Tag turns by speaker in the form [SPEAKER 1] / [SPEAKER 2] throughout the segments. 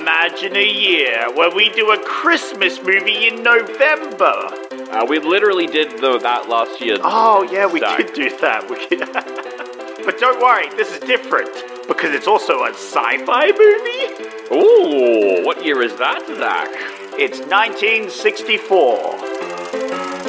[SPEAKER 1] Imagine a year where we do a Christmas movie in November.
[SPEAKER 2] Uh, we literally did the, that last year.
[SPEAKER 1] Oh yeah, we
[SPEAKER 2] Sorry.
[SPEAKER 1] could do that. We could. but don't worry, this is different because it's also a sci-fi movie.
[SPEAKER 2] Ooh, what year is that, Zach?
[SPEAKER 1] It's 1964.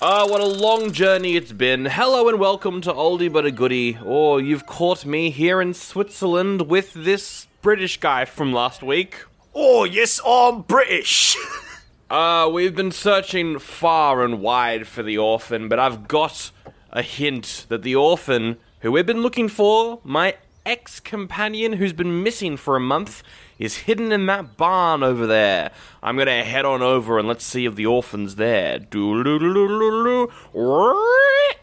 [SPEAKER 2] Ah, what a long journey it's been. Hello and welcome to Oldie But a Goodie. Or you've caught me here in Switzerland with this British guy from last week.
[SPEAKER 1] Oh yes, I'm British.
[SPEAKER 2] Uh, we've been searching far and wide for the orphan, but I've got a hint that the orphan who we've been looking for, my ex companion who's been missing for a month, is hidden in that barn over there. I'm gonna head on over and let's see if the orphan's there. Doo-loo-loo-loo-loo-loo.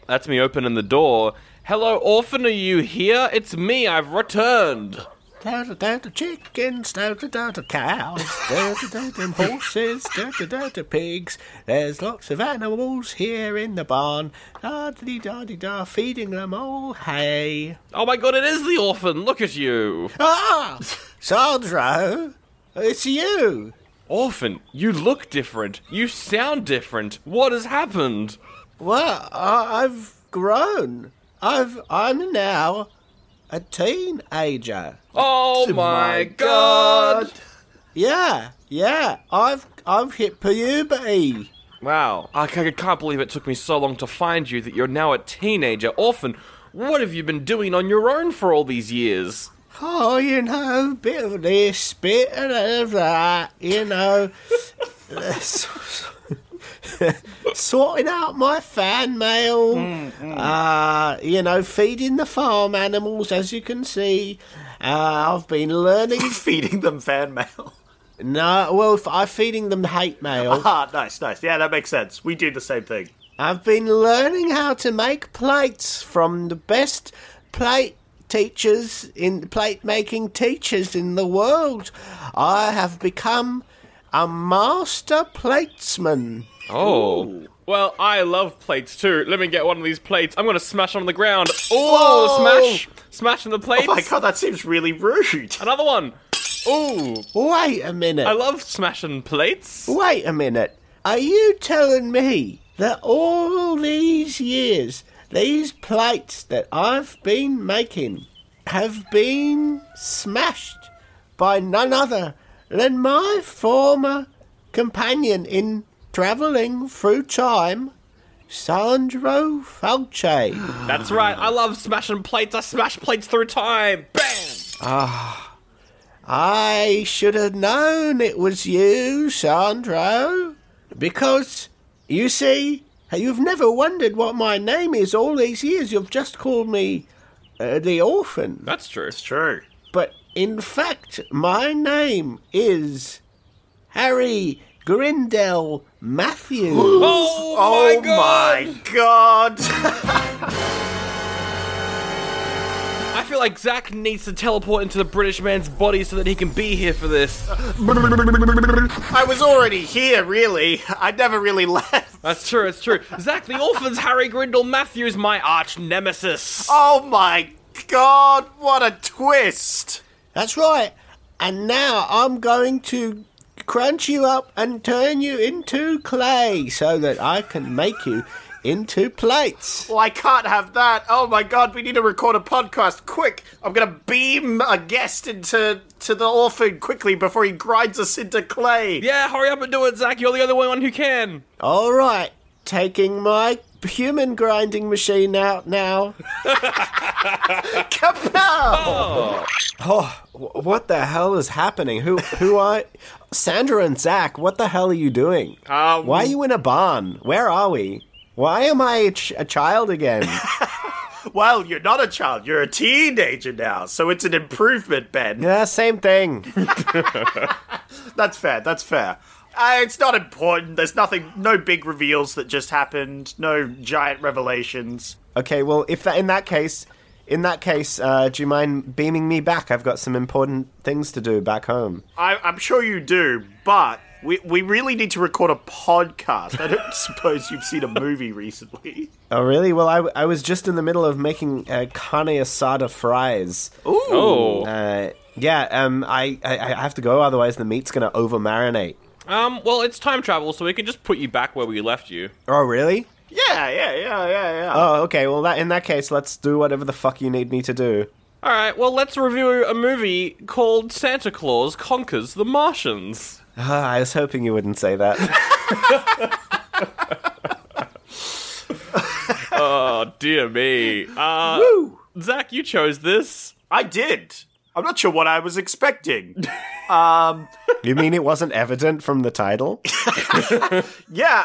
[SPEAKER 2] That's me opening the door. Hello, orphan, are you here? It's me, I've returned.
[SPEAKER 3] Down to down to chickens, down to down to cows, down to down to horses, down to down to pigs. There's lots of animals here in the barn. Da dee da dee da, feeding them all hay.
[SPEAKER 2] Oh my god, it is the orphan! Look at you!
[SPEAKER 3] Ah, Sandro, it's you.
[SPEAKER 2] Orphan, you look different. You sound different. What has happened?
[SPEAKER 3] Well, I, I've grown. I've I'm now a teenager.
[SPEAKER 2] Oh my god!
[SPEAKER 3] Yeah, yeah. I've I've hit puberty.
[SPEAKER 2] Wow, I, ca- I can't believe it took me so long to find you that you're now a teenager. Orphan, what have you been doing on your own for all these years?
[SPEAKER 3] Oh, you know, bit of this, bit of that, you know. Sorting out my fan mail, uh, you know, feeding the farm animals, as you can see. Uh, I've been learning.
[SPEAKER 1] Feeding them fan mail.
[SPEAKER 3] no, well, I'm feeding them hate mail.
[SPEAKER 1] Ah, nice, nice. Yeah, that makes sense. We do the same thing.
[SPEAKER 3] I've been learning how to make plates from the best plate teachers in plate making teachers in the world. I have become a master platesman.
[SPEAKER 2] Oh. Well, I love plates too. Let me get one of these plates. I'm gonna smash on the ground. Oh, smash! Smashing the plates.
[SPEAKER 1] Oh my god, that seems really rude.
[SPEAKER 2] Another one. Ooh,
[SPEAKER 3] Wait a minute.
[SPEAKER 2] I love smashing plates.
[SPEAKER 3] Wait a minute. Are you telling me that all these years, these plates that I've been making have been smashed by none other than my former companion in travelling through time, Sandro Falce?
[SPEAKER 2] That's right. I love smashing plates. I smash plates through time. Bang!
[SPEAKER 3] I should have known it was you, Sandro. Because, you see, you've never wondered what my name is all these years. You've just called me uh, the orphan.
[SPEAKER 2] That's true.
[SPEAKER 1] It's true.
[SPEAKER 3] But in fact, my name is Harry Grindel Matthews.
[SPEAKER 2] Oh, my god!
[SPEAKER 1] my god.
[SPEAKER 2] I feel like Zach needs to teleport into the British man's body so that he can be here for this.
[SPEAKER 1] I was already here, really. I never really left.
[SPEAKER 2] That's true. It's true. Zach, the orphan's Harry Grindle Matthews, my arch nemesis.
[SPEAKER 1] Oh my god, what a twist!
[SPEAKER 3] That's right. And now I'm going to crunch you up and turn you into clay so that I can make you into plates.
[SPEAKER 4] Well, I can't have that. Oh my god, we need to record a podcast quick. I'm gonna beam a guest into to the orphan quickly before he grinds us into clay.
[SPEAKER 2] Yeah, hurry up and do it, Zach. You're the only one who can.
[SPEAKER 3] All right, taking my human grinding machine out now.
[SPEAKER 4] Kapow!
[SPEAKER 3] Oh, wh- what the hell is happening? Who, who are Sandra and Zach? What the hell are you doing?
[SPEAKER 2] Um,
[SPEAKER 3] Why are you in a barn? Where are we? Why am I a ch- a child again?
[SPEAKER 4] Well, you're not a child, you're a teenager now, so it's an improvement, Ben.
[SPEAKER 3] yeah, same thing.
[SPEAKER 4] That's fair, that's fair. Uh, it's not important. There's nothing, no big reveals that just happened, no giant revelations.
[SPEAKER 3] Okay, well, if that in that case, in that case, uh, do you mind beaming me back? I've got some important things to do back home.
[SPEAKER 4] I, I'm sure you do, but we, we really need to record a podcast. I don't suppose you've seen a movie recently.
[SPEAKER 3] Oh, really? Well, I, w- I was just in the middle of making uh, carne asada fries.
[SPEAKER 2] Oh.
[SPEAKER 3] Uh, yeah, um, I, I I have to go, otherwise the meat's gonna over marinate.
[SPEAKER 2] Um, well, it's time travel, so we can just put you back where we left you.
[SPEAKER 3] Oh, really?
[SPEAKER 4] Yeah, yeah, yeah, yeah, yeah.
[SPEAKER 3] Oh, okay. Well, that in that case, let's do whatever the fuck you need me to do.
[SPEAKER 2] All right, well, let's review a movie called Santa Claus Conquers the Martians.
[SPEAKER 3] Ah, I was hoping you wouldn't say that.
[SPEAKER 2] Oh, dear me. Uh, Zach, you chose this.
[SPEAKER 4] I did. I'm not sure what I was expecting.
[SPEAKER 3] you mean it wasn't evident from the title?
[SPEAKER 4] yeah,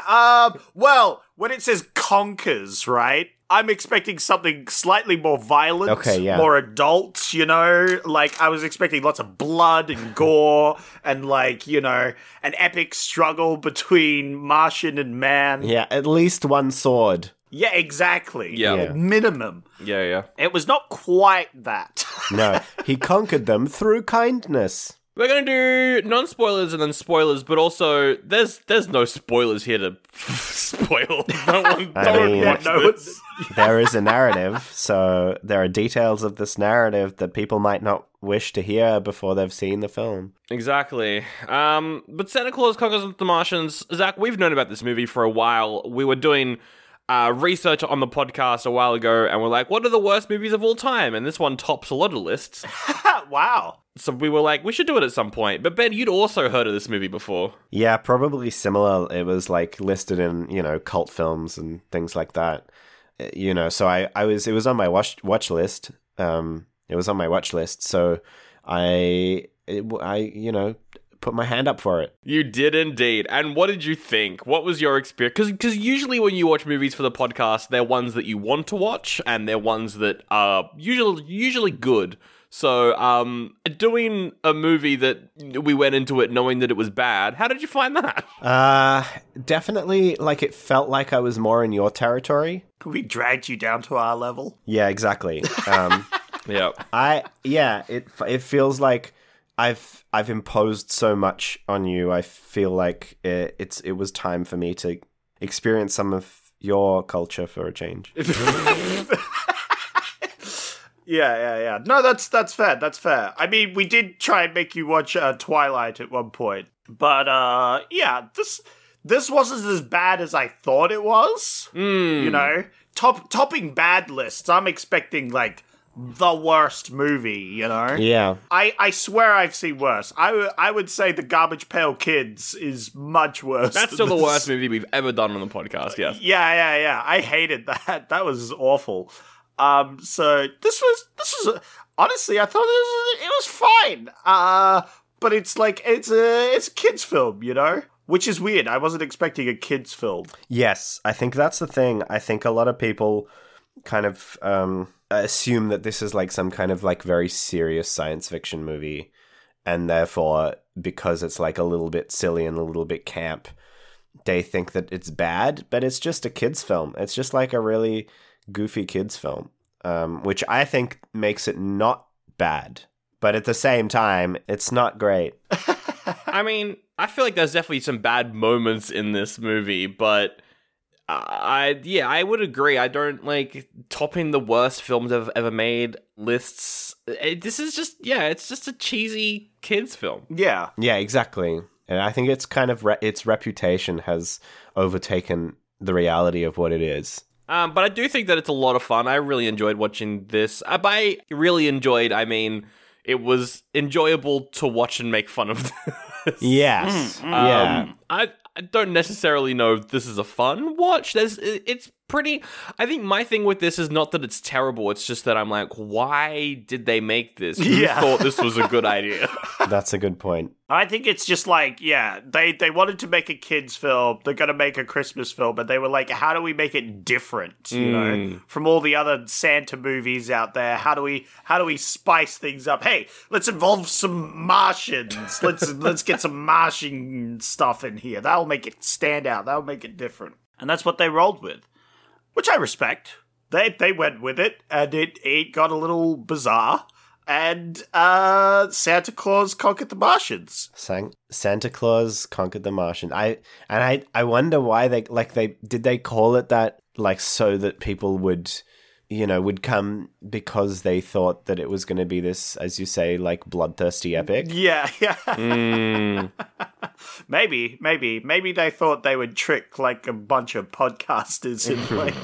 [SPEAKER 4] um, well, when it says conquers, right? I'm expecting something slightly more violent,
[SPEAKER 3] Okay, yeah.
[SPEAKER 4] more adult, you know? Like, I was expecting lots of blood and gore and, like, you know, an epic struggle between Martian and man.
[SPEAKER 3] yeah, at least one sword.
[SPEAKER 4] Yeah, exactly.
[SPEAKER 2] Yeah. Yeah.
[SPEAKER 4] Minimum.
[SPEAKER 2] Yeah, yeah.
[SPEAKER 4] It was not quite that.
[SPEAKER 3] No, he conquered them through kindness.
[SPEAKER 2] We're gonna do non spoilers and then spoilers, but also there's there's no spoilers here to spoil. No one,
[SPEAKER 3] I
[SPEAKER 2] no one
[SPEAKER 3] mean-
[SPEAKER 2] watched
[SPEAKER 4] no,
[SPEAKER 2] this.
[SPEAKER 4] it's-
[SPEAKER 3] there is a narrative, so there are details of this narrative that people might not wish to hear before they've seen the film.
[SPEAKER 2] Exactly. Um, but Santa Claus Conquers the Martians. Zach, we've known about this movie for a while. We were doing uh, research on the podcast a while ago, and we're like, what are the worst movies of all time? And this one tops a lot of lists.
[SPEAKER 4] wow.
[SPEAKER 2] So we were like, we should do it at some point. But Ben, you'd also heard of this movie before.
[SPEAKER 3] Yeah, probably similar. It was like listed in, you know, cult films and things like that. Uh, You know, so I, I was it was on my watch watch list. Um it was on my watch list, so I it, w- I you know, put my hand up for it.
[SPEAKER 2] You did indeed. And what did you think? What was your experience? Because usually when you watch movies for the podcast, they're ones that you want to watch, and they're ones that are usually usually good. So, um, doing a movie that we went into it knowing that it was bad. How did you find that?
[SPEAKER 3] Uh definitely like it felt like I was more in your territory.
[SPEAKER 4] We dragged you down to our level.
[SPEAKER 3] Yeah, exactly. Um
[SPEAKER 2] Yeah.
[SPEAKER 3] I yeah, it it feels like I've I've imposed so much on you. I feel like it, it's it was time for me to experience some of your culture for a change.
[SPEAKER 4] Yeah, yeah, yeah. No, that's that's fair. That's fair. I mean, we did try and make you watch uh, Twilight at one point, but uh, yeah, this this wasn't as bad as I thought it was. You know, top topping bad lists. I'm expecting like the worst movie. You know.
[SPEAKER 3] Yeah.
[SPEAKER 4] I, I swear I've seen worse. I w- I would say the Garbage Pail Kids is much worse.
[SPEAKER 2] That's still
[SPEAKER 4] than
[SPEAKER 2] the
[SPEAKER 4] this.
[SPEAKER 2] worst movie we've ever done on the podcast, yes.
[SPEAKER 4] Yeah, yeah, yeah. I hated that. That was awful. Um, so this was this was honestly, I thought it was, it was fine. Uh, but it's like it's a it's a kids film, you know, which is weird. I wasn't expecting a kids film.
[SPEAKER 3] Yes, I think that's the thing. I think a lot of people kind of um, assume that this is like some kind of like very serious science fiction movie, and therefore because it's like a little bit silly and a little bit camp, they think that it's bad. But it's just a kids' film. It's just like a really goofy kids' film, um, which I think makes it not bad. But at the same time, it's not great.
[SPEAKER 2] I mean, I feel like there's definitely some bad moments in this movie, but I yeah, I would agree. I don't like topping the worst films I've ever made lists. Eh, This is just yeah, it's just a cheesy kids film.
[SPEAKER 4] Yeah,
[SPEAKER 3] Yeah, exactly. And I think it's kind of re- its reputation has overtaken the reality of what it is.
[SPEAKER 2] Um, but I do think that it's a lot of fun. I really enjoyed watching this. Uh, by really enjoyed, I mean it was enjoyable to watch and make fun of. This.
[SPEAKER 3] Yes. yeah.
[SPEAKER 2] Um, I I don't necessarily know if this is a fun watch. There's i- it's pretty I think my thing with this is not that it's terrible, it's just that I'm like, why did they make this? Who
[SPEAKER 4] Yeah.
[SPEAKER 2] thought this was a good idea?
[SPEAKER 3] That's a good point.
[SPEAKER 4] I think it's just like, yeah, they they wanted to make a kids film. They're gonna make a Christmas film, but they were like, how do we make it different? You know, from all the other Santa movies out there. How do we how do we spice things up? Hey, let's involve some Martians. Let's let's get some Martian stuff in here. That'll make it stand out. That'll make it different. And that's what they rolled with, which I respect. They they went with it, and it it got a little bizarre. And uh, Santa Claus conquered the Martians.
[SPEAKER 3] San- Santa Claus conquered the Martian. I and I I wonder why they like they did they call it that like so that people would you know would come because they thought that it was going to be this as you say like bloodthirsty epic.
[SPEAKER 4] Yeah, yeah.
[SPEAKER 2] Hmm.
[SPEAKER 4] maybe, maybe, maybe they thought they would trick like a bunch of podcasters and like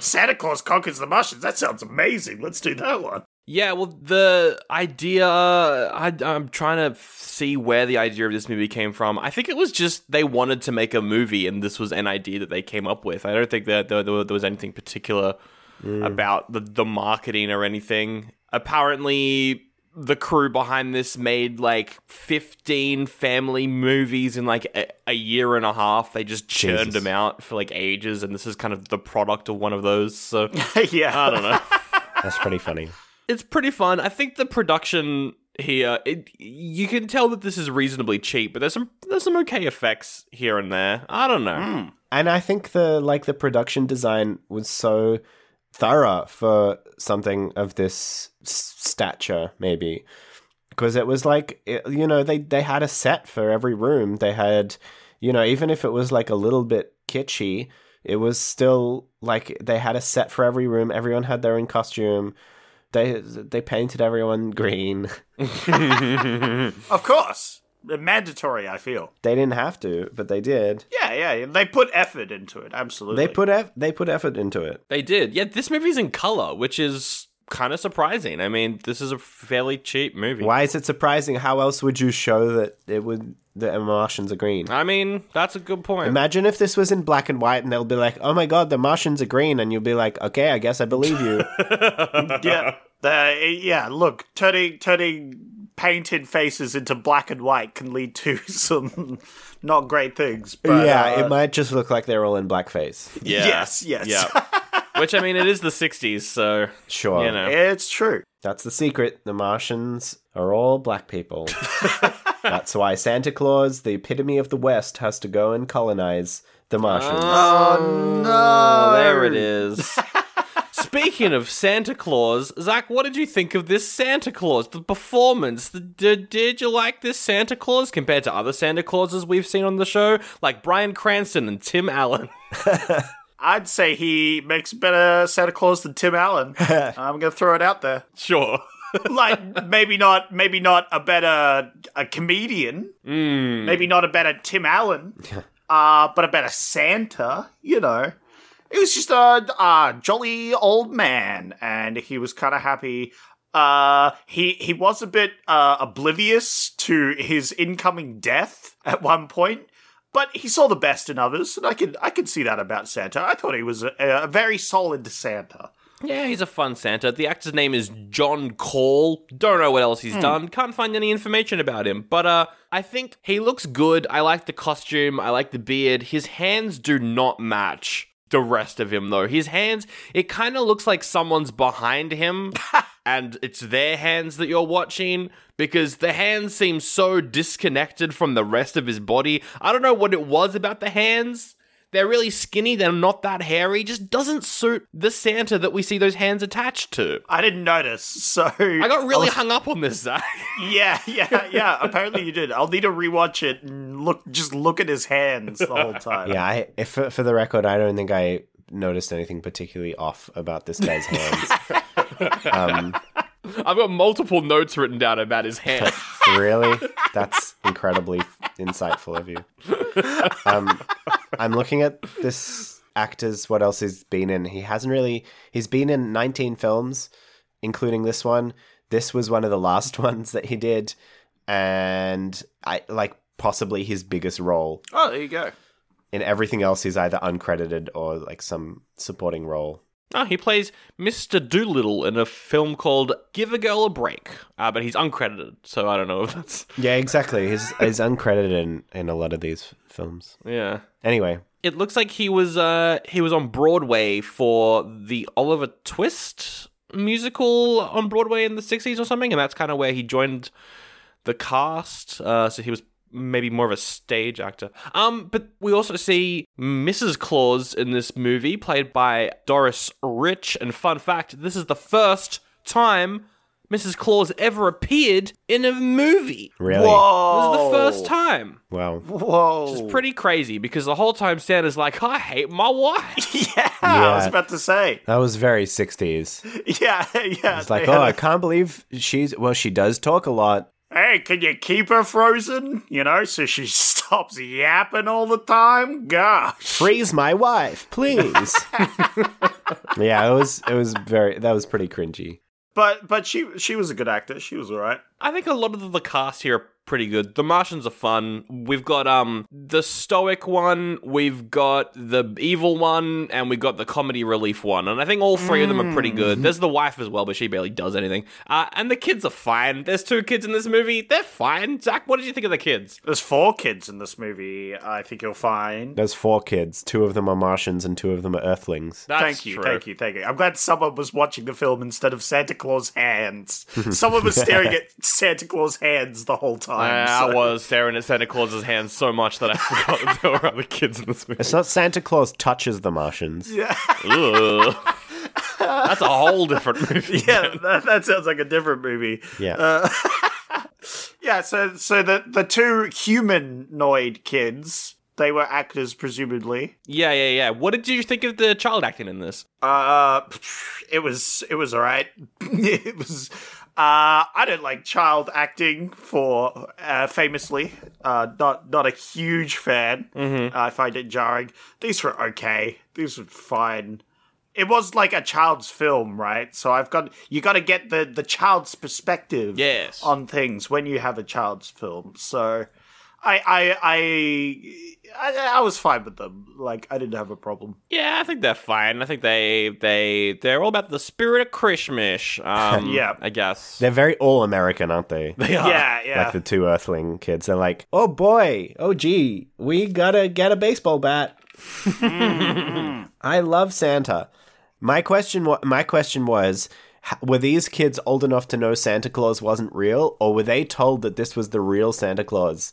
[SPEAKER 4] Santa Claus conquers the Martians. That sounds amazing. Let's do that one.
[SPEAKER 2] yeah, well the idea I I'm trying to see where the idea of this movie came from. I think it was just they wanted to make a movie and this was an idea that they came up with. I don't think that there, there was anything particular about the, the marketing or anything. Apparently, the crew behind this made like 15 family movies in like a, a year and a half. They just churned
[SPEAKER 3] Jesus.
[SPEAKER 2] them out for like ages, and this is kind of the product of one of those. So
[SPEAKER 4] yeah,
[SPEAKER 2] I don't know.
[SPEAKER 3] That's pretty funny.
[SPEAKER 2] it's pretty fun. I think the production here, it, you can tell that this is reasonably cheap, but there's some there's some okay effects here and there. I don't know.
[SPEAKER 4] Hmm.
[SPEAKER 3] And I think the like the production design was so thorough for something of this s- stature maybe because it was like it- you know they they had a set for every room they had you know even if it was like a little bit kitschy it was still like they had a set for every room everyone had their own costume they they painted everyone green
[SPEAKER 4] of course, mandatory. I feel.
[SPEAKER 3] they didn't have to but they did
[SPEAKER 4] Yeah, yeah. They put effort into it. Absolutely.
[SPEAKER 3] they put eff- they put effort into it
[SPEAKER 2] They did. Yeah, this movie's in color, which is kind of surprising. I mean, this is a fairly cheap movie.
[SPEAKER 3] Why is it surprising? How else would you show that it would that Martians are green?
[SPEAKER 2] I mean, that's a good point.
[SPEAKER 3] Imagine if this was in black and white, and they'll be like, "Oh my god, the Martians are green," and you'll be like, "Okay, I guess I believe you."
[SPEAKER 4] yeah, the, yeah. Look, turning turning painted faces into black and white can lead to some not great things. But,
[SPEAKER 3] yeah,
[SPEAKER 4] uh,
[SPEAKER 3] it might just look like they're all in blackface.
[SPEAKER 2] yeah.
[SPEAKER 4] yes, yes.
[SPEAKER 2] Yeah. which I mean, it is the '60s, so
[SPEAKER 3] Sure,
[SPEAKER 2] you know.
[SPEAKER 4] uh, it's true.
[SPEAKER 3] that's the secret. The Martians are all black people. that's why Santa Claus, the epitome of the West, has to go and colonize the Martians.
[SPEAKER 2] Oh no! There it is. Speaking of Santa Claus, Zach, what did you think of this Santa Claus? The performance? The, did, did you like this Santa Claus compared to other Santa Clauses we've seen on the show, like Brian Cranston and Tim Allen?
[SPEAKER 4] I'd say he makes better Santa Claus than Tim Allen. I'm gonna throw it out there.
[SPEAKER 2] Sure.
[SPEAKER 4] Like maybe not, maybe not a better a comedian.
[SPEAKER 2] Hmm.
[SPEAKER 4] Maybe not a better Tim Allen. uh, but a better Santa. You know, he was just a, a jolly old man, and he was kind of happy. Uh, he he was a bit uh, oblivious to his incoming death at one point but he saw the best in others, and I could I could see that about Santa. I thought he was a, a very solid Santa.
[SPEAKER 2] Yeah, he's a fun Santa. The actor's name is John Call. Don't know what else he's done. Can't find any information about him. But uh, I think he looks good. I like the costume. I like the beard. His hands do not match the rest of him, though. His hands, it kind of looks like someone's behind him and it's their hands that you're watching because the hands seem so disconnected from the rest of his body. I don't know what it was about the hands. They're really skinny, they're not that hairy, just doesn't suit the Santa that we see those hands attached to.
[SPEAKER 4] I didn't notice, so
[SPEAKER 2] I got really hung up on this, Zach.
[SPEAKER 4] yeah, yeah, yeah. Apparently, you did. I'll need to rewatch it and look just look at his hands the whole time.
[SPEAKER 3] Yeah, I, if, for for the record, I don't think I noticed anything particularly off about this guy's hands.
[SPEAKER 2] I've got multiple notes written down about his hand.
[SPEAKER 3] really? That's incredibly insightful of you. Um, I'm looking at this actors, what else he's been in. He hasn't really. He's been in 19 films, including this one. This was one of the last ones that he did, and I like possibly his biggest role.
[SPEAKER 4] Oh, there you go.
[SPEAKER 3] In everything else, he's either uncredited or like some supporting role.
[SPEAKER 2] No, Ah, he plays Mr. Doolittle in a film called Give a Girl a Break, uh, but he's uncredited, so I don't know if that's.
[SPEAKER 3] Yeah, exactly. He's he's uncredited in, in a lot of these f- films.
[SPEAKER 2] Yeah.
[SPEAKER 3] Anyway,
[SPEAKER 2] It looks like he was uh, he was on Broadway for the Oliver Twist musical on Broadway in the sixties or something, and that's kind of where he joined the cast. Uh, so he was maybe more of a stage actor. Um, but we also see Mrs. Claus in this movie, played by Doris Rich. And fun fact: this is the first time Mrs. Claus ever appeared in a movie.
[SPEAKER 3] really?
[SPEAKER 2] This is
[SPEAKER 4] Whoa.
[SPEAKER 2] the first time.
[SPEAKER 3] Wow.
[SPEAKER 4] Whoa.
[SPEAKER 2] It's pretty crazy because the whole time Santa's like, I hate my wife.
[SPEAKER 4] Yeah, I was
[SPEAKER 3] Yeah.
[SPEAKER 4] about to say.
[SPEAKER 3] That was very 60s.
[SPEAKER 4] Yeah, yeah.
[SPEAKER 3] It's like,
[SPEAKER 4] they had
[SPEAKER 3] oh, I
[SPEAKER 4] a-
[SPEAKER 3] can't believe she's. Well, she does talk a lot.
[SPEAKER 4] hey, can you keep her frozen? You know, so she stops yapping all the time. Gosh.
[SPEAKER 3] Freeze my wife, please. yeah, it was. It was very. That was pretty cringy.
[SPEAKER 4] But but she she was a good actor. She was all right.
[SPEAKER 2] I think a lot of the cast here are pretty good. The Martians are fun. We've got um the stoic one, we've got the evil one, and we've got the comedy relief one. And I think all three of them are pretty good. There's the wife as well, but she barely does anything. Uh, and the kids are fine. There's two kids in this movie. They're fine. Zach, what did you think of the kids?
[SPEAKER 4] There's four kids in this movie. I think you'll find.
[SPEAKER 3] There's four kids. Two of them are Martians and two of them are Earthlings.
[SPEAKER 2] That's
[SPEAKER 4] thank you,
[SPEAKER 2] true.
[SPEAKER 4] thank you, thank you. I'm glad someone was watching the film instead of Santa Claus hands. someone was staring at Santa Claus hands the whole time.
[SPEAKER 2] Uh, I
[SPEAKER 4] so-
[SPEAKER 2] was staring at Santa Claus's hands so much that I forgot that there were other kids in this movie.
[SPEAKER 3] It's not Santa Claus touches the Martians.
[SPEAKER 2] Ugh. That's a whole different movie.
[SPEAKER 4] yeah, that, that sounds like a different movie. Uh,
[SPEAKER 3] Yeah.
[SPEAKER 4] Yeah, so so the the two humanoid kids, they were actors presumably.
[SPEAKER 2] yeah, yeah, yeah. What did you think of the child acting in this?
[SPEAKER 4] Uh it was it was alright. it was uh I don't like child acting for uh famously. Uh not not a huge fan. I find it jarring. These were okay. These were fine. It was like a child's film, right? So I've got you got to get the the child's perspective
[SPEAKER 2] Yes.
[SPEAKER 4] on things when you have a child's film. So I I I I, I was fine with them. Like I didn't have a problem.
[SPEAKER 2] Yeah, I think they're fine. I think they they they're all about the spirit of Krishmish. Um,
[SPEAKER 4] Yeah.
[SPEAKER 2] I guess.
[SPEAKER 3] They're very all American, aren't they?
[SPEAKER 2] They are.
[SPEAKER 4] yeah, Uh, yeah.
[SPEAKER 3] Like the two Earthling kids. They're like,
[SPEAKER 5] Oh boy, oh gee, we gotta get a baseball bat.
[SPEAKER 4] Mm.
[SPEAKER 3] I love Santa. My question, wa- my question was, h- were these kids old enough to know Santa Claus wasn't real, or were they told that this was the real Santa Claus?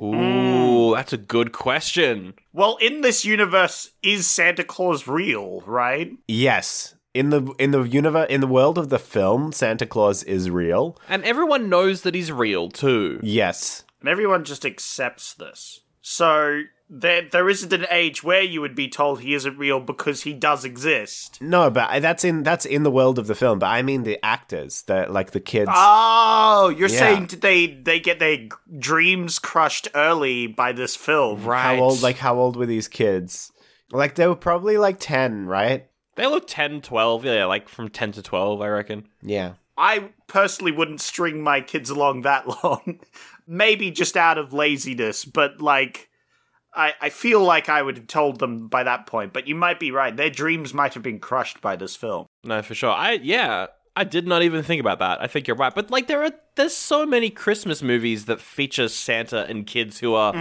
[SPEAKER 2] Ooh, that's a good question.
[SPEAKER 4] Well, in this universe, is Santa Claus real, right?
[SPEAKER 3] Yes, in the in the universe, in the world of the film, Santa Claus is real.
[SPEAKER 2] And everyone knows that he's real too.
[SPEAKER 3] Yes,
[SPEAKER 4] And everyone just accepts this. So there, there isn't an age where you would be told he isn't real because he does exist.
[SPEAKER 3] no, but I- that's in that's in the world of the film. But I mean the actors, the like the kids.
[SPEAKER 4] Oh, you're
[SPEAKER 3] Yeah.
[SPEAKER 4] saying that they they get their g- dreams crushed early by this film?
[SPEAKER 3] how
[SPEAKER 2] Right.
[SPEAKER 3] old? Like how old were these kids? Like they were probably like ten, right?
[SPEAKER 2] they look 10, 12. Yeah, like from 10 to 12, I reckon.
[SPEAKER 3] Yeah.
[SPEAKER 4] I personally wouldn't string my kids along that long. Maybe just out of laziness, but like I, I feel like I would have told them by that point, but you might be right. Their dreams might have been crushed by this film.
[SPEAKER 2] No, for sure. I yeah, I did not even think about that. I think you're right. But like there are there's so many Christmas movies that feature Santa and kids who are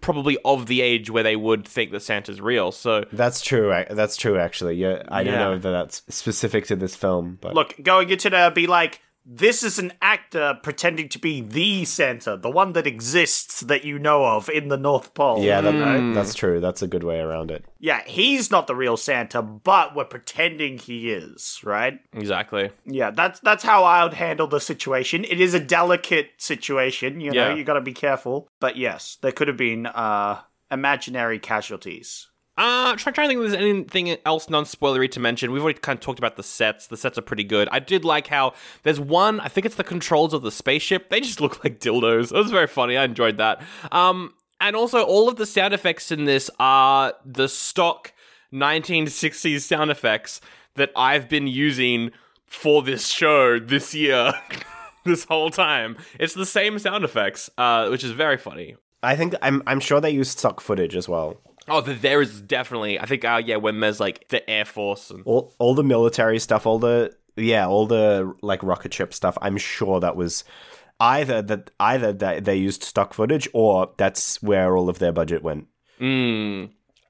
[SPEAKER 2] probably of the age where they would think that Santa's real. So
[SPEAKER 3] That's true. ac- That's true. Actually, yeah. I don't
[SPEAKER 2] Yeah.
[SPEAKER 3] know that that's specific to this film, but
[SPEAKER 4] Look, going into there be like, this is an actor pretending to be the Santa, the one that exists that you know of in the North Pole.
[SPEAKER 3] yeah, that, that's true. That's a good way around it.
[SPEAKER 4] Yeah, he's not the real Santa, but we're pretending he is, right?
[SPEAKER 2] exactly.
[SPEAKER 4] Yeah, that's that's how I would handle the situation. It is a delicate situation, you know.
[SPEAKER 2] Yeah.
[SPEAKER 4] You got to be careful. But yes, there could have been uh, imaginary casualties.
[SPEAKER 2] Uh, try, trying to think if there's anything else non spoilery to mention. We've already kind of talked about the sets. The sets are pretty good. I did like how there's one, I think it's the controls of the spaceship. They just look like dildos. That was very funny. I enjoyed that. Um, and also, all of the sound effects in this are the stock 1960s sound effects that I've been using for this show this year. this whole time. It's the same sound effects, uh, which is very funny.
[SPEAKER 3] I think I'm I'm sure they used stock footage as well.
[SPEAKER 2] Oh, the, there is definitely. I think, uh, yeah, when there's like the Air Force and
[SPEAKER 3] All all the military stuff, all the yeah, all the like rocket ship stuff. I'm sure that was either that either that they used stock footage or that's where all of their budget went.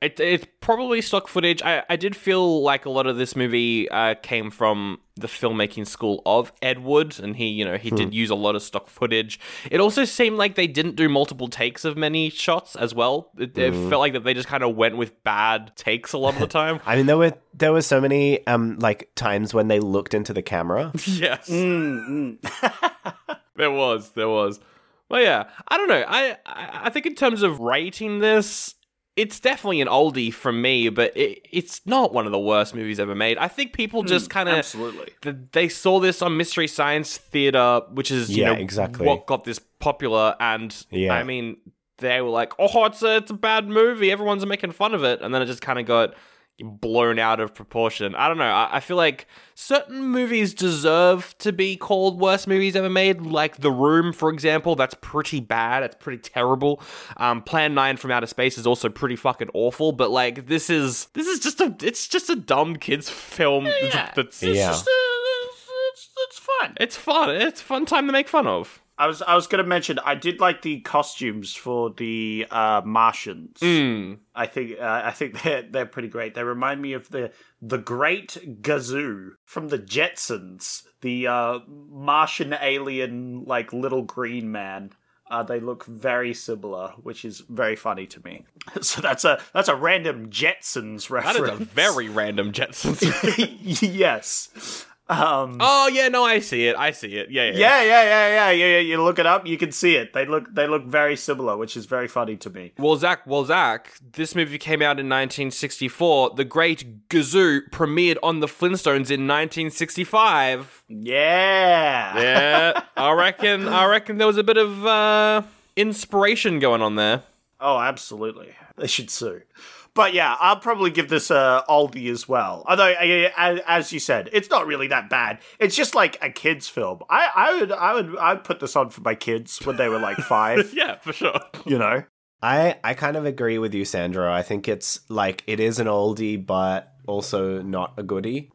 [SPEAKER 2] It, it's probably stock footage. I, I did feel like a lot of this movie uh, came from the filmmaking school of Ed Wood, and he, you know, he did use a lot of stock footage. It also seemed like they didn't do multiple takes of many shots as well. It, it felt like that they just kind of went with bad takes a lot of the time.
[SPEAKER 3] I mean, there were there were so many um like times when they looked into the camera.
[SPEAKER 2] yes,
[SPEAKER 3] Mm-hmm.
[SPEAKER 2] there was, there was. Well, yeah, I don't know. I I I think in terms of rating this, it's definitely an oldie from me, but it, it's not one of the worst movies ever made. I think people
[SPEAKER 3] Hmm,
[SPEAKER 2] just kind of
[SPEAKER 4] absolutely.
[SPEAKER 2] th- they saw this on Mystery Science Theater, which is you
[SPEAKER 3] Yeah,
[SPEAKER 2] know
[SPEAKER 3] exactly.
[SPEAKER 2] what got this popular, and
[SPEAKER 3] Yeah.
[SPEAKER 2] I mean they were like, oh, it's a it's a bad movie, everyone's making fun of it, and then it just kind of got blown out of proportion. I don't know. I, I feel like certain movies deserve to be called worst movies ever made, like The Room, for example. That's pretty bad. It's pretty terrible. Um, Plan Nine from Outer Space is also pretty fucking awful. But like, this is this is just a it's just a dumb kids film. That's
[SPEAKER 4] It's
[SPEAKER 3] Yeah.
[SPEAKER 4] just, uh, it's, it's, it's fun.
[SPEAKER 2] it's fun. It's a fun time to make fun of.
[SPEAKER 4] I was I was gonna mention I did like the costumes for the uh, Martians.
[SPEAKER 2] Hmm.
[SPEAKER 4] I think uh, I think they're they're pretty great. They remind me of the the Great Gazoo from the Jetsons, the uh, Martian alien like little green man. Uh, they look very similar, which is very funny to me. So that's a that's a random Jetsons
[SPEAKER 2] That is a
[SPEAKER 4] reference.
[SPEAKER 2] very random Jetsons.
[SPEAKER 4] yes. Um,
[SPEAKER 2] oh yeah, no, I see it. I see it. Yeah, yeah.
[SPEAKER 4] yeah, yeah, yeah, yeah, yeah, yeah. You look it up, you can see it. They look they look very similar, which is very funny to me.
[SPEAKER 2] Well, Zach, well, Zach, this movie came out in 1964. The Great Gazoo premiered on the Flintstones in 1965.
[SPEAKER 4] Yeah.
[SPEAKER 2] Yeah, I reckon. I reckon there was a bit of uh, inspiration going on there.
[SPEAKER 4] Oh, absolutely. They should sue. But yeah, I'll probably give this a oldie as well. Although, I- I- as you said, it's not really that bad. It's just like a kids' film. I, I would, I would, I'd put this on for my kids when they were like five.
[SPEAKER 2] Yeah, for sure.
[SPEAKER 4] you know.
[SPEAKER 3] I I kind of agree with you, Sandra. I think it's like it is an oldie, but also not a goodie.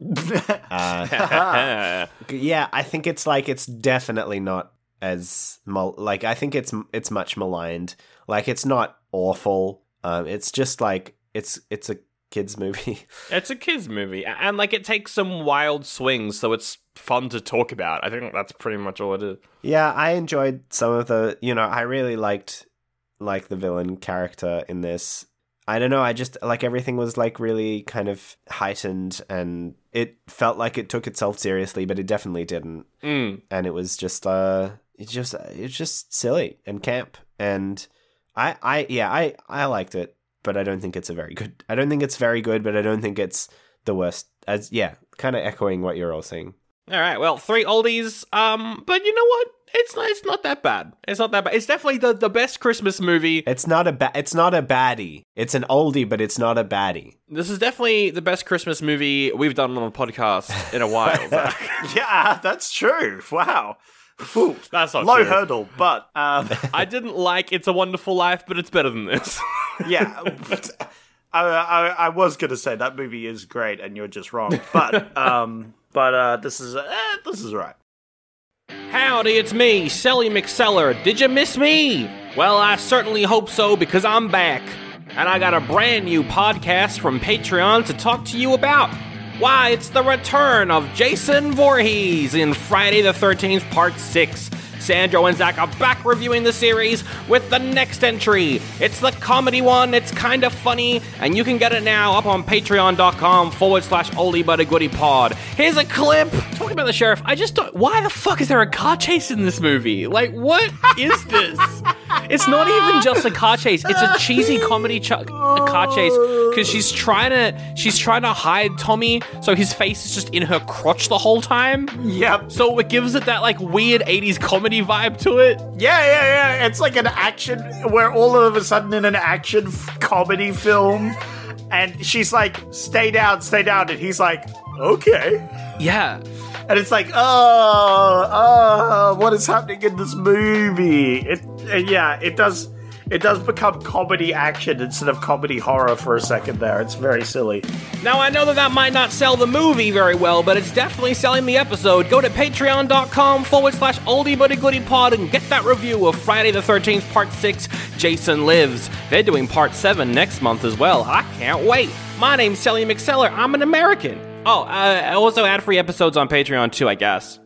[SPEAKER 3] Uh, Yeah, I think it's like it's definitely not as mul- like I think it's it's much maligned. Like it's not awful. Um, it's just like it's it's a kids movie.
[SPEAKER 2] it's a kids' movie, a- and like it takes some wild swings, so it's fun to talk about. I think that's pretty much all it is.
[SPEAKER 3] yeah, I enjoyed some of the. You know, I really liked like the villain character in this. I don't know. I just like everything was like really kind of heightened, and it felt like it took itself seriously, but it definitely didn't.
[SPEAKER 2] Mm.
[SPEAKER 3] and it was just uh it's just it's just silly and camp and i i yeah i i liked it but i don't think it's a very good i don't think it's very good but i don't think it's the worst as yeah kind of echoing what you're all saying
[SPEAKER 2] All right, well, three oldies. Um, but you know what? It's not, it's not that bad. It's not that bad. It's definitely the, the best Christmas movie.
[SPEAKER 3] it's not a ba- it's not a baddie it's an oldie but it's not a baddie
[SPEAKER 2] This is definitely the best Christmas movie we've done on the podcast in a while. Zach.
[SPEAKER 4] Yeah, that's true. Wow. Whew.
[SPEAKER 2] That's not
[SPEAKER 4] low
[SPEAKER 2] true.
[SPEAKER 4] hurdle, but um,
[SPEAKER 2] I didn't like It's a Wonderful Life, but it's better than this.
[SPEAKER 4] yeah. I, I, I was gonna say that movie is great, and you're just wrong. But um, but uh, this is eh, this is right.
[SPEAKER 2] Howdy, it's me, Sally McSeller. Did you miss me? Well, I certainly hope so because I'm back. And I got a brand new podcast from Patreon to talk to you about. Why, it's the return of Jason Voorhees in Friday the 13th, Part 6. Sandro and Zach are back reviewing the series with the next entry. It's the comedy one, it's kind of funny, and you can get it now up on patreon.com forward slash oldie but a goodie pod. Here's a clip. Talking about the sheriff, I just don't. Why the fuck is there a car chase in this movie? Like, what is this? It's not even just a car chase. It's a cheesy comedy ch- a car chase because she's trying to she's trying to hide Tommy, so his face is just in her crotch the whole time.
[SPEAKER 4] Yep.
[SPEAKER 2] So it gives it that like weird 80s comedy vibe to it.
[SPEAKER 4] Yeah, yeah, yeah. It's like an action. We're all of a sudden in an action f- comedy film, And she's like, stay down, stay down. And he's like, okay.
[SPEAKER 2] Yeah.
[SPEAKER 4] And it's like, oh, oh, what is happening in this movie? It, and yeah, it does, it does become comedy action instead of comedy horror for a second there. It's very silly.
[SPEAKER 2] Now, I know that that might not sell the movie very well, but it's definitely selling the episode. Go to patreon.com forward slash oldie but goodie pod and get that review of Friday the 13th, part 6, Jason Lives. They're doing part 7 next month as well. I can't wait. My name's Sally McSeller. I'm an American. Oh, uh, also ad free episodes on Patreon too, I guess.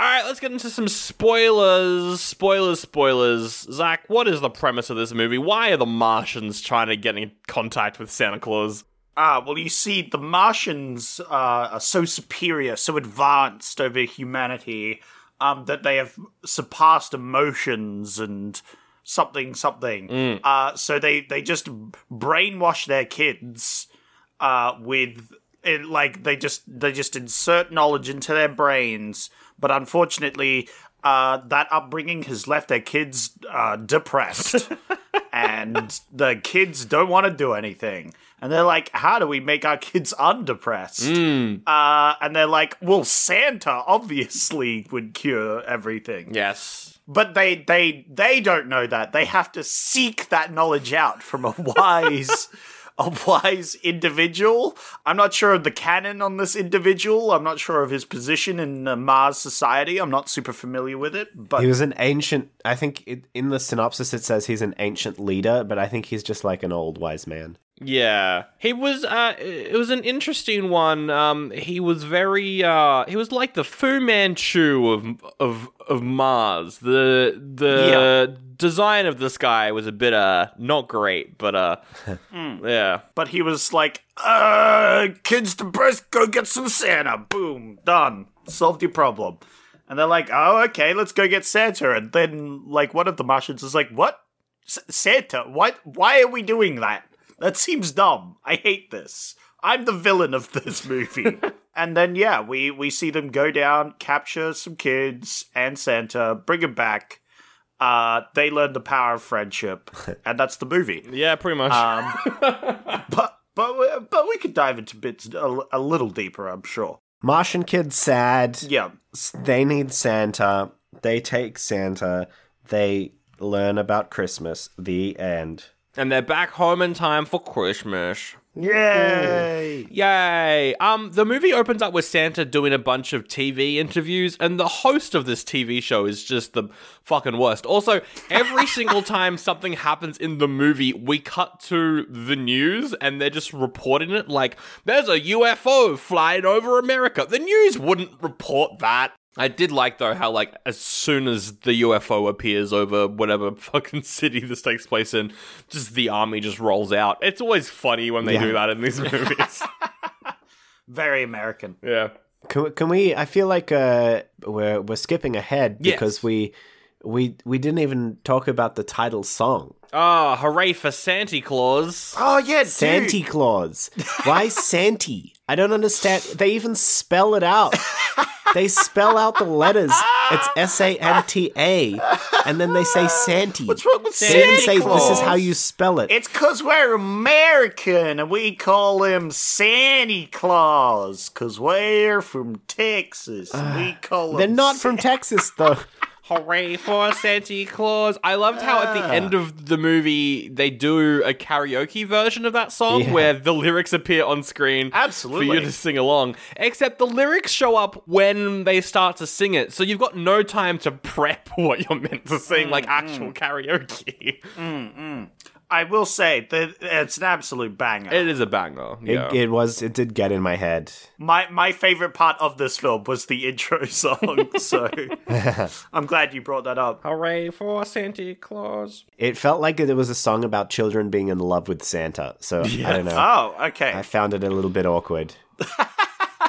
[SPEAKER 2] All right, let's get into some spoilers. Spoilers, spoilers. Zach, what is the premise of this movie? Why are the Martians trying to get in contact with Santa Claus?
[SPEAKER 4] Ah, well, you see, the Martians uh, are so superior, so advanced over humanity, um, that they have surpassed emotions and something, something. Uh, so they, they just brainwash their kids uh, with it, like they just they just insert knowledge into their brains. But unfortunately, uh, that upbringing has left their kids uh, depressed. and the kids don't want to do anything. And they're like, how do we make our kids undepressed? Uh, and they're like, well, Santa obviously would cure everything.
[SPEAKER 2] Yes.
[SPEAKER 4] But they they they don't know that. They have to seek that knowledge out from a wise a wise individual. I'm not sure of the canon on this individual. I'm not sure of his position in uh, Mars society. I'm not super familiar with it, but
[SPEAKER 3] He was an ancient. I think it, in the synopsis it says he's an ancient leader, but I think he's just like an old wise man.
[SPEAKER 2] Yeah. He was uh it was an interesting one. Um he was very uh he was like the Fu Manchu of of of Mars. The the design of this guy was a bit uh not great, but uh yeah.
[SPEAKER 4] but he was like, uh, kids depressed, go get some Santa. Boom, done. Solved your problem. And they're like, oh, okay, let's go get Santa. And then, like, one of the Martians is like, what? S- Santa? What? Why are we doing that? That seems dumb. I hate this. I'm the villain of this movie. and then, yeah, we, we see them go down, capture some kids and Santa, bring him back. Uh, they learn the power of friendship. and that's the movie
[SPEAKER 2] Yeah, pretty much.
[SPEAKER 4] but but we, but we could dive into bits a, a little deeper, I'm sure.
[SPEAKER 3] Martian kid sad.
[SPEAKER 4] Yeah,
[SPEAKER 3] S- They need Santa. They take Santa. They learn about Christmas. The end.
[SPEAKER 2] and they're back home in time for Christmas.
[SPEAKER 4] yay!
[SPEAKER 2] Yay! Um, the movie opens up with Santa doing a bunch of TV interviews, and the host of this TV show is just the fucking worst. Also, every single time something happens in the movie, we cut to the news, and they're just reporting it like there's a UFO flying over America. The news wouldn't report that. I did like though how like as soon as the UFO appears over whatever fucking city this takes place in, just the army just rolls out. It's always funny when they do that in these movies.
[SPEAKER 4] Very American.
[SPEAKER 2] yeah.
[SPEAKER 3] Can we, can we? I feel like uh, we're we're skipping ahead
[SPEAKER 2] Yes.
[SPEAKER 3] because we we we didn't even talk about the title song.
[SPEAKER 2] Ah, hooray for Santa Claus.
[SPEAKER 4] Oh yeah, dude.
[SPEAKER 3] Santa Claus. Why Santy? I don't understand. They even spell it out. They spell out the letters. It's S A N T A, and then they say Santy.
[SPEAKER 4] What's wrong with
[SPEAKER 3] They even
[SPEAKER 4] Santa
[SPEAKER 3] say
[SPEAKER 4] Claus?
[SPEAKER 3] this is how you spell it.
[SPEAKER 4] It's cause we're American and we call him Santa Claus. Cause we're from Texas. and we call him.
[SPEAKER 3] They're not from Texas though.
[SPEAKER 2] Hooray for Santa Claus. I loved how at the end of the movie they do a karaoke version of that song
[SPEAKER 3] Yeah.
[SPEAKER 2] where the lyrics appear on screen for
[SPEAKER 4] Absolutely.
[SPEAKER 2] you to sing along. Except the lyrics show up when they start to sing it, so you've got no time to prep what you're meant to sing, like actual karaoke.
[SPEAKER 4] I will say that it's an absolute banger.
[SPEAKER 2] It is a banger. Yeah.
[SPEAKER 3] It, it was. It did get in my head.
[SPEAKER 4] my my favorite part of this film was the intro song. so I'm glad you brought that up.
[SPEAKER 2] Hooray for Santa Claus.
[SPEAKER 3] It felt like it was a song about children being in love with Santa. So I don't know.
[SPEAKER 4] Oh, okay.
[SPEAKER 3] I found it a little bit awkward.
[SPEAKER 4] a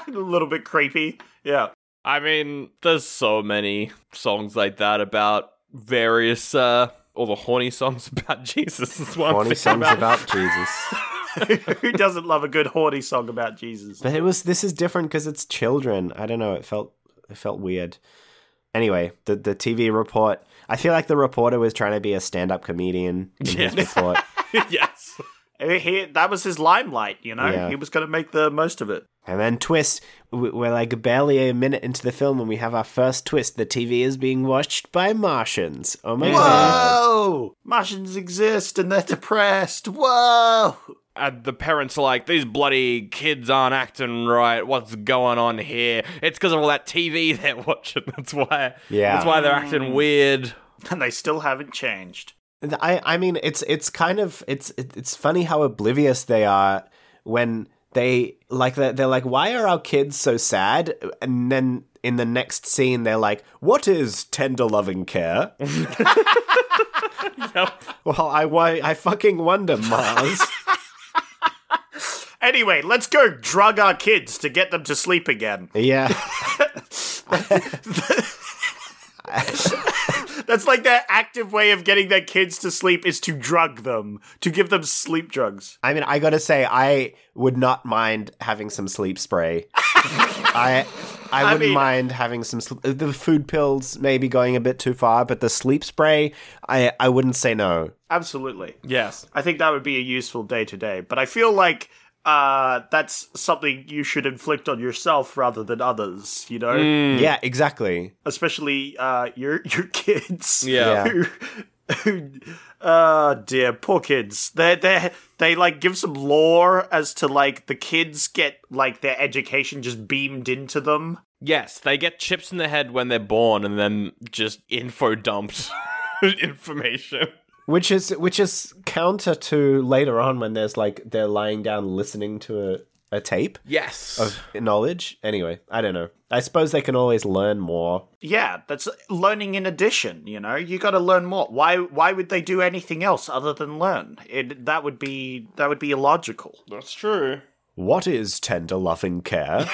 [SPEAKER 4] little bit creepy. Yeah.
[SPEAKER 2] I mean, there's so many songs like that about various uh all the horny songs about Jesus is what
[SPEAKER 3] Horny
[SPEAKER 2] I'm thinking
[SPEAKER 3] songs
[SPEAKER 2] about.
[SPEAKER 3] about Jesus.
[SPEAKER 4] Who doesn't love a good horny song about Jesus?
[SPEAKER 3] But it was this is different because it's children. I don't know. It felt it felt weird. Anyway, the the TV report. I feel like the reporter was trying to be a stand up comedian in his report.
[SPEAKER 2] yes.
[SPEAKER 4] He, that was his limelight, you know?
[SPEAKER 3] Yeah.
[SPEAKER 4] He was going to make the most of it.
[SPEAKER 3] And then twist. w- We're like barely a minute into the film, and we have our first twist. The TV is being watched by Martians. Oh my god!
[SPEAKER 4] Whoa! Martians exist and they're depressed. Whoa!
[SPEAKER 2] And the parents are like, these bloody kids aren't acting right. What's going on here? It's because of all that TV they're watching. That's why.
[SPEAKER 3] Yeah.
[SPEAKER 2] That's why they're acting weird.
[SPEAKER 4] And they still haven't changed.
[SPEAKER 3] And I I mean, it's it's kind of it's it- it's funny how oblivious they are when they like they're, they're like, why are our kids so sad? And then in the next scene, they're like, what is tender loving care? Well, I why I fucking wonder, Mars.
[SPEAKER 4] Anyway, let's go drug our kids to get them to sleep again.
[SPEAKER 3] yeah.
[SPEAKER 4] That's like their active way of getting their kids to sleep is to drug them, to give them sleep drugs.
[SPEAKER 3] I mean, I gotta say, I would not mind having some sleep spray. I, I wouldn't
[SPEAKER 4] mean-
[SPEAKER 3] mind having some. Sl- the food pills maybe going a bit too far, but the sleep spray, I, I wouldn't say no.
[SPEAKER 4] Absolutely.
[SPEAKER 2] Yes.
[SPEAKER 4] I think that would be a useful day to day, but I feel like uh, that's something you should inflict on yourself rather than others, you know?
[SPEAKER 3] Yeah, exactly.
[SPEAKER 4] Especially uh, your your kids.
[SPEAKER 2] Yeah.
[SPEAKER 3] Yeah.
[SPEAKER 4] Who, who, uh, dear, poor kids. They they they like give some lore as to like the kids get like their education just beamed into them.
[SPEAKER 2] Yes, they get chips in the head when they're born and then just info dumped information.
[SPEAKER 3] Which is which is counter to later on when there's like they're lying down listening to a, a tape
[SPEAKER 2] Yes.
[SPEAKER 3] of knowledge. Anyway, I don't know. I suppose they can always learn more.
[SPEAKER 4] Yeah, that's learning in addition, you know? You got to learn more. Why why would they do anything else other than learn? It, that would be that would be illogical.
[SPEAKER 2] That's true.
[SPEAKER 3] What is tender loving care?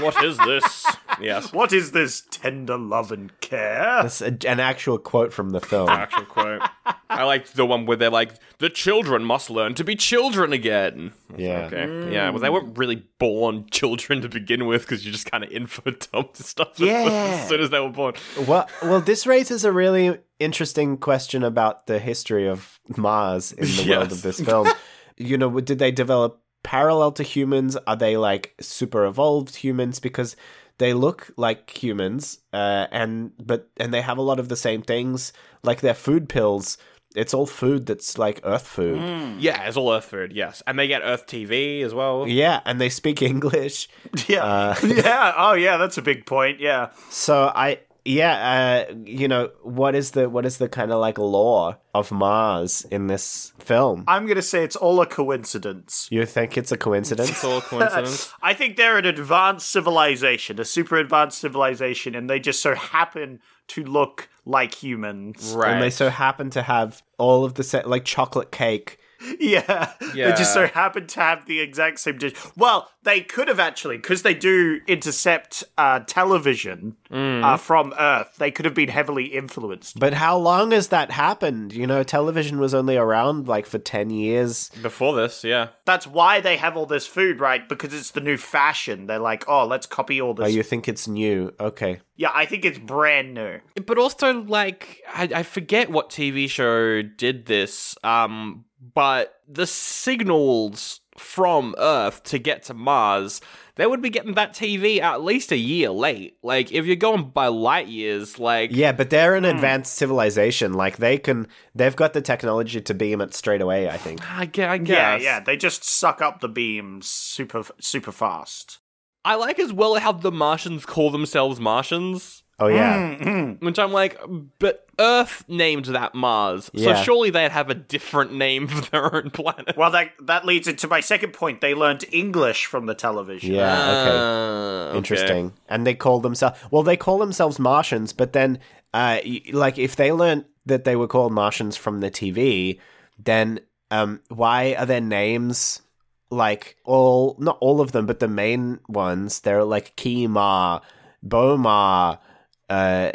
[SPEAKER 2] What is this? yes.
[SPEAKER 4] What is this tender love and care?
[SPEAKER 3] That's a, an actual quote from the film.
[SPEAKER 2] Actual quote. I liked the one where they're like, the children must learn to be children again.
[SPEAKER 3] Yeah.
[SPEAKER 2] Okay. Yeah. Well, they weren't really born children to begin with because you just kind of info dumped stuff
[SPEAKER 4] Yeah.
[SPEAKER 2] as soon as they were born.
[SPEAKER 3] Well, well, this raises a really interesting question about the history of Mars in the world
[SPEAKER 2] Yes.
[SPEAKER 3] of this film. you know, did they develop parallel to humans? Are they like super evolved humans? Because they look like humans, uh, and but and they have a lot of the same things, like their food pills. It's all food that's like Earth food.
[SPEAKER 2] Yeah, it's all Earth food. Yes, and they get Earth TV as well.
[SPEAKER 3] Yeah, and they speak English.
[SPEAKER 4] Yeah.
[SPEAKER 2] uh,
[SPEAKER 4] yeah. Oh, yeah, that's a big point. Yeah.
[SPEAKER 3] So I yeah, uh, you know, what is the what is the kind of like lore of Mars in this film?
[SPEAKER 4] I'm going to say it's all a coincidence.
[SPEAKER 3] You think it's a coincidence?
[SPEAKER 2] It's all coincidence.
[SPEAKER 4] I think they're an advanced civilization, a super advanced civilization, and they just so happen to look like humans.
[SPEAKER 2] right.
[SPEAKER 3] And they so happen to have all of the set like chocolate cake.
[SPEAKER 4] Yeah. They
[SPEAKER 2] Yeah.
[SPEAKER 4] just so happen to have the exact same dish. Well, they could have actually, because they do intercept uh, television
[SPEAKER 2] Mm.
[SPEAKER 4] uh, from Earth, they could have been heavily influenced.
[SPEAKER 3] But how long has that happened? You know, television was only around like for ten years.
[SPEAKER 2] Before this, yeah.
[SPEAKER 4] That's why they have all this food, right? Because it's the new fashion. They're like, oh, let's copy all
[SPEAKER 3] Oh,
[SPEAKER 4] this.
[SPEAKER 3] you think it's new? Okay.
[SPEAKER 4] yeah, I think it's brand new.
[SPEAKER 2] But also, like, I, I forget what TV show did this, um, but the signals from Earth to get to Mars, they would be getting that TV at least a year late. Like, if you're going by light years, like,
[SPEAKER 3] Yeah, but they're an advanced civilization. Like they can, they've got the technology to beam it straight away. I think.
[SPEAKER 2] I guess. I
[SPEAKER 4] Yeah,
[SPEAKER 2] guess.
[SPEAKER 4] yeah. They just suck up the beams super, super fast.
[SPEAKER 2] I like as well how the Martians call themselves Martians.
[SPEAKER 3] Oh yeah.
[SPEAKER 4] Mm-mm.
[SPEAKER 2] Which I'm like, but Earth named that Mars,
[SPEAKER 3] Yeah.
[SPEAKER 2] so surely they'd have a different name for their own planet.
[SPEAKER 4] Well, that that leads into my second point. They learned English from the television.
[SPEAKER 3] Yeah. Okay.
[SPEAKER 2] Uh, okay.
[SPEAKER 3] Interesting. And they call themselves well, they call themselves Martians, but then, uh, y- like if they learnt that they were called Martians from the TV, then um, why are their names like all not all of them, but the main ones? They're like Kima, Boma, uh,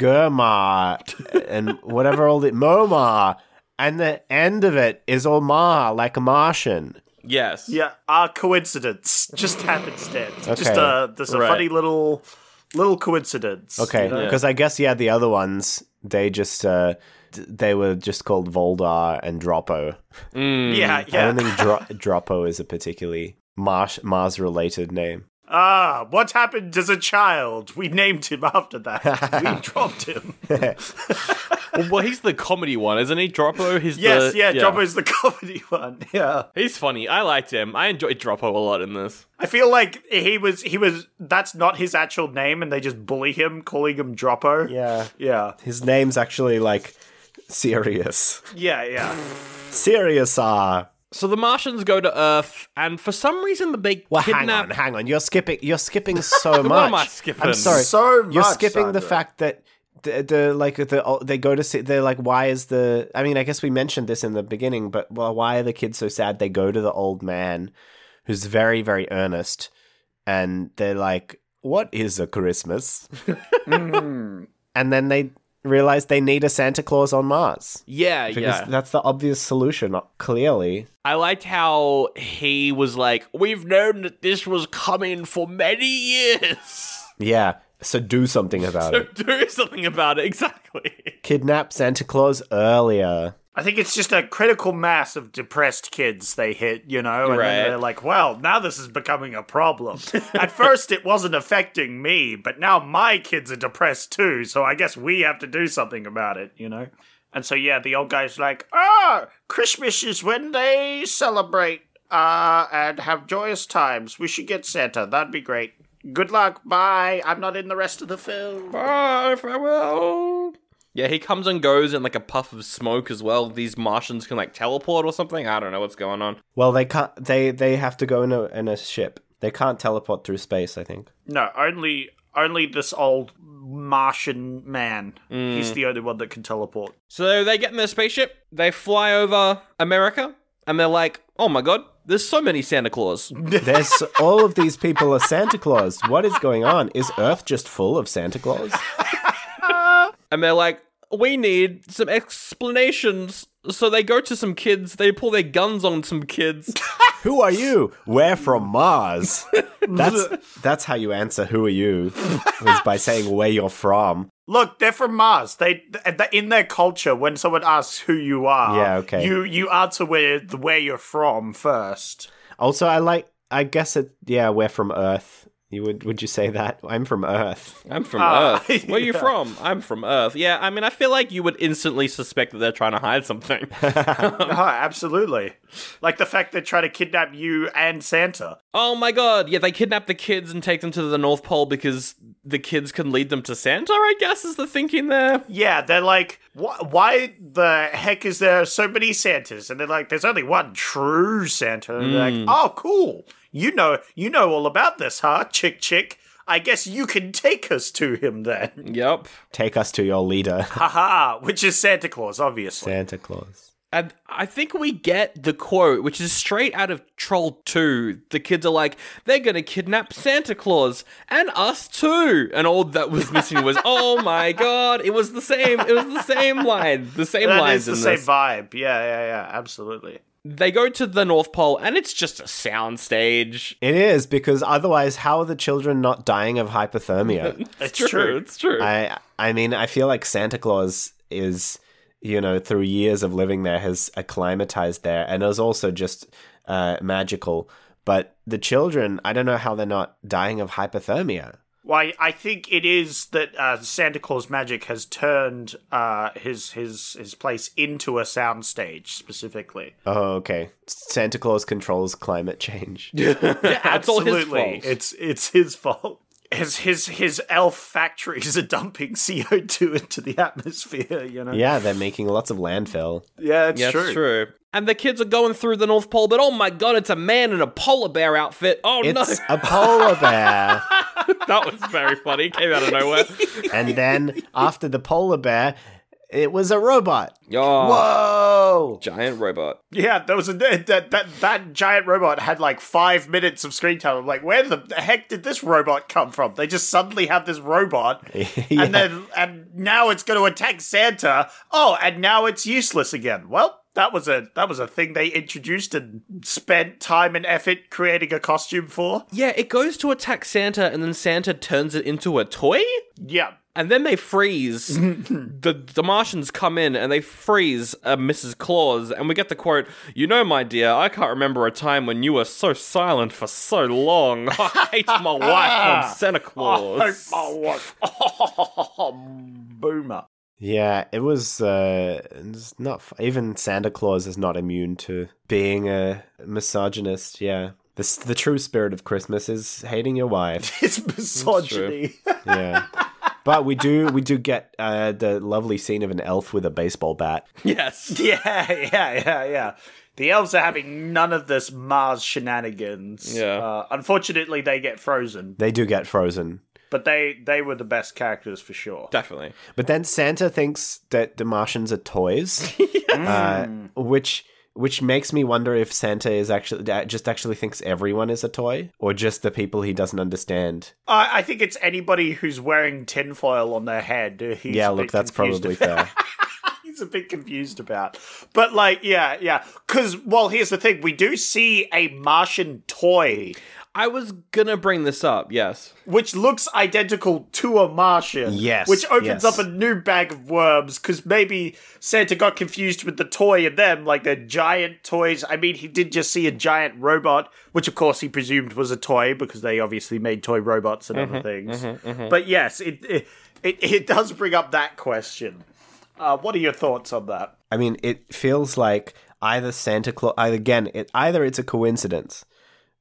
[SPEAKER 3] Germa, and whatever all the Moma. And the end of it is all Ma, like a Martian.
[SPEAKER 2] Yes.
[SPEAKER 4] Yeah, ah, coincidence. Just happenstance. Just
[SPEAKER 3] Okay,
[SPEAKER 4] uh, there's a
[SPEAKER 2] right.
[SPEAKER 4] funny little little coincidence.
[SPEAKER 3] Okay,
[SPEAKER 2] Yeah.
[SPEAKER 3] because I guess yeah, the other ones they just uh, they were just called Voldar and Droppo.
[SPEAKER 2] Hmm.
[SPEAKER 4] Yeah,
[SPEAKER 3] I
[SPEAKER 4] yeah.
[SPEAKER 3] don't think Dro- Droppo is a particularly Mars Mars related name.
[SPEAKER 4] Ah, what happened as a child? We named him after that. we dropped him.
[SPEAKER 2] Well, well, he's the comedy one, isn't he? Droppo. He's
[SPEAKER 4] Yes,
[SPEAKER 2] the,
[SPEAKER 4] yeah, Jumbo is the comedy one. Yeah.
[SPEAKER 2] He's funny. I liked him. I enjoyed Droppo a lot in this.
[SPEAKER 4] I feel like he was he was that's not his actual name and they just bully him, calling him Droppo.
[SPEAKER 3] Yeah,
[SPEAKER 4] Yeah.
[SPEAKER 3] his name's actually like serious.
[SPEAKER 4] Yeah, yeah.
[SPEAKER 3] Serious R.
[SPEAKER 2] So the Martians go to Earth, and for some reason they
[SPEAKER 3] Well,
[SPEAKER 2] kidnap.
[SPEAKER 3] hang on, hang on. You're skipping. You're skipping so much.
[SPEAKER 2] am I skipping?
[SPEAKER 3] I'm sorry.
[SPEAKER 4] So
[SPEAKER 3] you're
[SPEAKER 4] much,
[SPEAKER 3] skipping the
[SPEAKER 4] Sandra.
[SPEAKER 3] fact that the, the like the oh, they go to see. They're like, why is the? I mean, I guess we mentioned this in the beginning, but well, why are the kids so sad? They go to the old man, who's very very earnest, and they're like, "What is a Christmas?"
[SPEAKER 4] Mm.
[SPEAKER 3] and then they realize they need a Santa Claus on Mars
[SPEAKER 2] Yeah,
[SPEAKER 3] because
[SPEAKER 2] yeah.
[SPEAKER 3] that's the obvious solution. Clearly,
[SPEAKER 2] I liked how he was like, "We've known that this was coming for many years."
[SPEAKER 3] yeah. So do something about
[SPEAKER 2] So
[SPEAKER 3] it.
[SPEAKER 2] do something about it. Exactly.
[SPEAKER 3] Kidnap Santa Claus earlier.
[SPEAKER 4] I think it's just a critical mass of depressed kids they hit, you know, and
[SPEAKER 2] Right.
[SPEAKER 4] then they're like, well, now this is becoming a problem. At first, it wasn't affecting me, but now my kids are depressed too, so I guess we have to do something about it, you know? And so, yeah, the old guy's like, ah, Christmas is when they celebrate uh, and have joyous times. We should get Santa. That'd be great. Good luck. Bye. I'm not in the rest of the film.
[SPEAKER 2] Bye, farewell. Yeah, he comes and goes in like a puff of smoke as well. These Martians can like teleport or something. I don't know what's going on.
[SPEAKER 3] Well, they can't. They they have to go in a in a ship. They can't teleport through space. I think.
[SPEAKER 4] No, only only this old Martian man.
[SPEAKER 3] Mm.
[SPEAKER 4] He's the only one that can teleport.
[SPEAKER 2] So they get in their spaceship, they fly over America, and they're like, oh my god, there's so many Santa Claus.
[SPEAKER 3] There's all of these people are Santa Claus. What is going on? Is Earth just full of Santa Claus?
[SPEAKER 2] And they're like, we need some explanations. So they go to some kids, they pull their guns on some kids.
[SPEAKER 3] Who are you? We're from Mars. That's that's how you answer. Who are you? Is by saying where you're from.
[SPEAKER 4] Look, they're from Mars. They th- th- in their culture, when someone asks who you are,
[SPEAKER 3] Yeah, okay.
[SPEAKER 4] you you answer where where you're from first.
[SPEAKER 3] Also, I like. I guess it. Yeah, we're from Earth. You would would you say that? I'm from Earth.
[SPEAKER 2] I'm from
[SPEAKER 4] Ah,
[SPEAKER 2] Earth. Where are you
[SPEAKER 4] yeah.
[SPEAKER 2] from? I'm from Earth. Yeah, I mean, I feel like you would instantly suspect that they're trying to hide something.
[SPEAKER 4] No, absolutely. Like the fact they're trying to kidnap you and Santa.
[SPEAKER 2] Oh my god, yeah, they kidnap the kids and take them to the North Pole because the kids can lead them to Santa, I guess, is the thinking there.
[SPEAKER 4] Yeah, they're like, wh- why the heck is there so many Santas? And they're like, there's only one true Santa. And they're like, oh, cool. You know, you know all about this, huh? Chick, chick. I guess you can take us to him then.
[SPEAKER 2] Yep.
[SPEAKER 3] Take us to your leader,
[SPEAKER 4] Haha, which is Santa Claus, obviously.
[SPEAKER 3] Santa Claus.
[SPEAKER 2] And I think we get the quote, which is straight out of Troll 2. The kids are like, they're gonna kidnap Santa Claus and us too. And all that was missing was, oh my god, it was the same, it was the same line. The same
[SPEAKER 4] That
[SPEAKER 2] lines
[SPEAKER 4] is the
[SPEAKER 2] in
[SPEAKER 4] same
[SPEAKER 2] this.
[SPEAKER 4] vibe. Yeah, yeah, yeah, absolutely.
[SPEAKER 2] They go to the North Pole and it's just a soundstage.
[SPEAKER 3] It is because otherwise, how are the children not dying of hypothermia?
[SPEAKER 4] It's true.
[SPEAKER 2] It's true.
[SPEAKER 3] I I mean, I feel like Santa Claus is, you know, through years of living there, has acclimatized there, and is also just uh, magical. But the children, I don't know how they're not dying of hypothermia.
[SPEAKER 4] Why I think it is that uh, Santa Claus magic has turned uh, his his his place into a soundstage specifically.
[SPEAKER 3] Oh, okay. Santa Claus controls climate change.
[SPEAKER 2] That's all his fault.
[SPEAKER 4] It's it's his fault. His his his elf factories are dumping CO two into the atmosphere. You know.
[SPEAKER 3] yeah, they're making lots of landfill.
[SPEAKER 4] yeah, it's
[SPEAKER 2] Yeah,
[SPEAKER 4] true.
[SPEAKER 2] That's true. And the kids are going through the North Pole, but oh my god, it's a man in a polar bear outfit. Oh
[SPEAKER 3] It's a polar bear.
[SPEAKER 2] no, that was very funny. Came out of nowhere.
[SPEAKER 3] and then after the polar bear, it was a robot.
[SPEAKER 2] Oh,
[SPEAKER 3] Whoa!
[SPEAKER 2] giant robot.
[SPEAKER 4] Yeah, there was a that that that giant robot had like five minutes of screen time. I'm like, where the heck did this robot come from? They just suddenly have this robot,
[SPEAKER 3] Yeah.
[SPEAKER 4] and then and now it's going to attack Santa. Oh, and now it's useless again. Well, That was a that was a thing they introduced and spent time and effort creating a costume for.
[SPEAKER 2] Yeah, it goes to attack Santa, and then Santa turns it into a toy?
[SPEAKER 4] Yeah.
[SPEAKER 2] And then they freeze. the the Martians come in and they freeze uh, Mrs. Claus, and we get the quote, "You know, my dear, I can't remember a time when you were so silent for so long. I hate my wife from Santa Claus."
[SPEAKER 4] Oh, what? Boomer.
[SPEAKER 3] Yeah, it was uh, it's not f- even Santa Claus is not immune to being a misogynist. Yeah, the s- the true spirit of Christmas is hating your wife.
[SPEAKER 4] It's misogyny.
[SPEAKER 3] Yeah, but we do we do get uh, the lovely scene of an elf with a baseball bat.
[SPEAKER 2] yes.
[SPEAKER 4] yeah, yeah, yeah, yeah. The elves are having none of this Mars shenanigans.
[SPEAKER 2] Yeah.
[SPEAKER 4] Uh, unfortunately, they get frozen,
[SPEAKER 3] They do get frozen,
[SPEAKER 4] but they they were the best characters for sure.
[SPEAKER 2] Definitely.
[SPEAKER 3] but then Santa thinks that the Martians are toys, uh, which. Which makes me wonder if Santa is actually uh, just actually thinks everyone is a toy, or just the people he doesn't understand.
[SPEAKER 4] I, I think it's anybody who's wearing tinfoil on their head. uh, He's
[SPEAKER 3] yeah,
[SPEAKER 4] a bit
[SPEAKER 3] look, that's
[SPEAKER 4] confused
[SPEAKER 3] probably
[SPEAKER 4] about-
[SPEAKER 3] fair.
[SPEAKER 4] he's a bit confused about. But like, yeah, yeah. Because well, here's the thing: we do see a Martian toy
[SPEAKER 2] I was gonna bring this up. Yes.
[SPEAKER 4] which looks identical to a Martian.
[SPEAKER 3] Yes,
[SPEAKER 4] Which opens
[SPEAKER 3] yes.
[SPEAKER 4] up a new bag of worms because maybe Santa got confused with the toy and them, like they're giant toys. I mean, he did just see a giant robot, which of course he presumed was a toy because they obviously made toy robots and other
[SPEAKER 3] Mm-hmm,
[SPEAKER 4] things. But yes, it, it it it does bring up that question. Uh, what are your thoughts on that?
[SPEAKER 3] I mean, it feels like either Santa Claus. Again, it either it's a coincidence.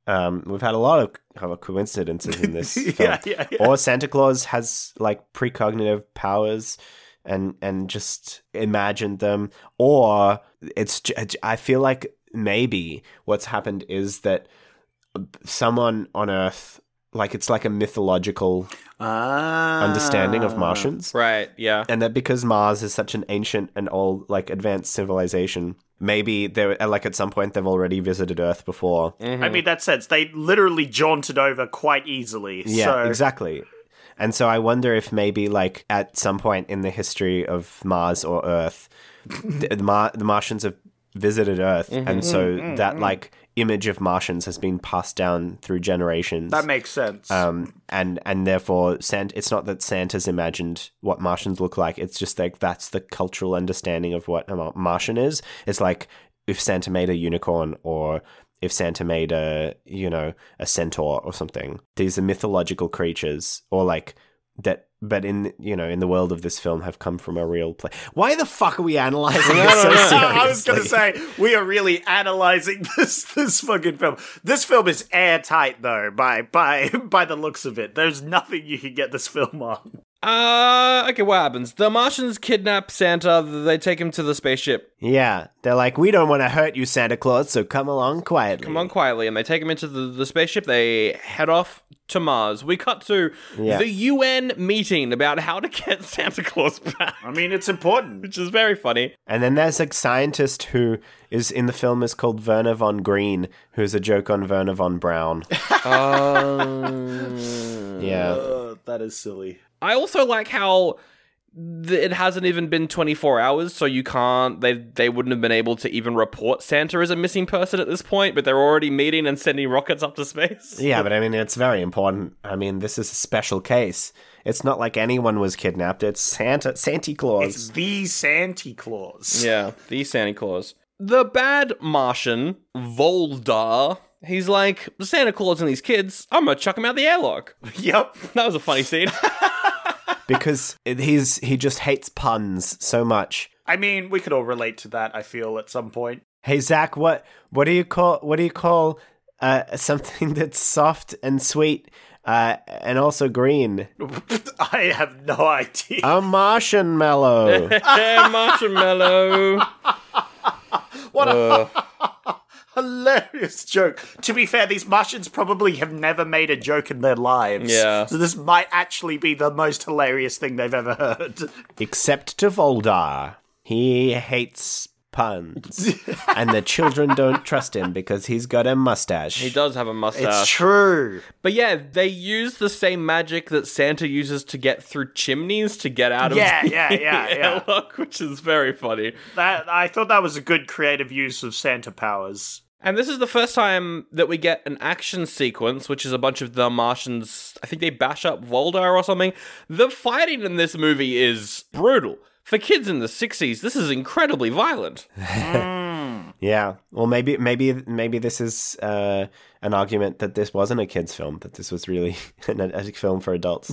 [SPEAKER 3] Um, we've had a lot of, of coincidences in this film,
[SPEAKER 4] yeah,
[SPEAKER 3] or Santa Claus has like precognitive powers and and just imagined them, or it's. j- j- I feel like maybe what's happened is that someone on Earth, like it's like a mythological Ah. understanding
[SPEAKER 4] Ah,
[SPEAKER 3] of Martians,
[SPEAKER 2] Right. Yeah.
[SPEAKER 3] and that because Mars is such an ancient and old, like advanced civilization, maybe they're like at some point they've already visited Earth before.
[SPEAKER 4] I mean, that sense they literally jaunted over quite easily.
[SPEAKER 3] Yeah,
[SPEAKER 4] so.
[SPEAKER 3] exactly. And so I wonder if maybe like at some point in the history of Mars or Earth, the, the, Mar- the Martians have visited Earth,
[SPEAKER 4] Mm-hmm.
[SPEAKER 3] and so that like image of Martians has been passed down through generations.
[SPEAKER 4] That makes sense.
[SPEAKER 3] um, and and therefore, Sant- it's not that Santa's imagined what Martians look like. It's just like that's the cultural understanding of what a Mar- Martian is. It's like if Santa made a unicorn, or if Santa made a you know a centaur or something. These are mythological creatures, or like that. But in you know in the world of this film, have come from a real place. Why the fuck are we analyzing this so seriously?
[SPEAKER 4] I was gonna say we are really analyzing this this fucking film. This film is airtight though, by by by the looks of it. There's nothing you can get this film on.
[SPEAKER 2] Uh. Okay. What happens? The Martians kidnap Santa. They take him to the spaceship.
[SPEAKER 3] Yeah, they're like we don't want to hurt you, Santa Claus. So come along quietly.
[SPEAKER 2] Come on quietly, and they take him into the, the spaceship. They head off to Mars. We cut to
[SPEAKER 3] Yeah.
[SPEAKER 2] the UN meeting about how to get Santa Claus back,
[SPEAKER 4] I mean, it's important.
[SPEAKER 2] which is very funny.
[SPEAKER 3] And then there's a scientist who is in the film is called Werner von Green, who's a joke on Werner von Braun. yeah.
[SPEAKER 4] Uh, that is silly.
[SPEAKER 2] I also like how th- it hasn't even been 24 hours, so you can't. They they wouldn't have been able to even report Santa as a missing person at this point, but they're already meeting and sending rockets up to space.
[SPEAKER 3] Yeah, but I mean, it's very important. I mean, this is a special case. It's not like anyone was kidnapped. It's Santa, Santa
[SPEAKER 4] It's
[SPEAKER 3] Claus.
[SPEAKER 4] the Santa Claus.
[SPEAKER 2] Yeah, the Santa Claus. The bad Martian, Voldar, he's like, Santa Claus and these kids, I'm gonna chuck them out the airlock.
[SPEAKER 4] Yep.
[SPEAKER 2] That was a funny scene.
[SPEAKER 3] because it- he's he just hates puns so much.
[SPEAKER 4] I mean, we could all relate to that. I feel at some point.
[SPEAKER 3] Hey Zach, what what do you call what do you call uh, something that's soft and sweet uh, and also green?
[SPEAKER 4] I have no idea.
[SPEAKER 2] Uh,
[SPEAKER 3] A Martian mellow.
[SPEAKER 2] yeah, marshmallow.
[SPEAKER 4] Hilarious joke. To be fair, these Martians probably have never made a joke in their lives.
[SPEAKER 2] Yeah.
[SPEAKER 4] So this might actually be the most hilarious thing they've ever heard.
[SPEAKER 3] except to Voldar. He hates puns. and the children don't trust him because he's got a mustache.
[SPEAKER 2] He does have a mustache.
[SPEAKER 4] It's true.
[SPEAKER 2] But yeah, they use the same magic that Santa uses to get through chimneys to get out of
[SPEAKER 4] Yeah,
[SPEAKER 2] the
[SPEAKER 4] yeah, yeah, yeah.
[SPEAKER 2] airlock, which is very funny.
[SPEAKER 4] That I thought that was a good creative use of Santa powers.
[SPEAKER 2] And this is the first time that we get an action sequence, which is a bunch of the Martians. I think they bash up Voldar or something. The fighting in this movie is brutal. For kids in the 60s, this is incredibly violent.
[SPEAKER 3] Yeah. Well, maybe, maybe, maybe this is uh, an argument that this wasn't a kids' film. That this was really an, a film for adults.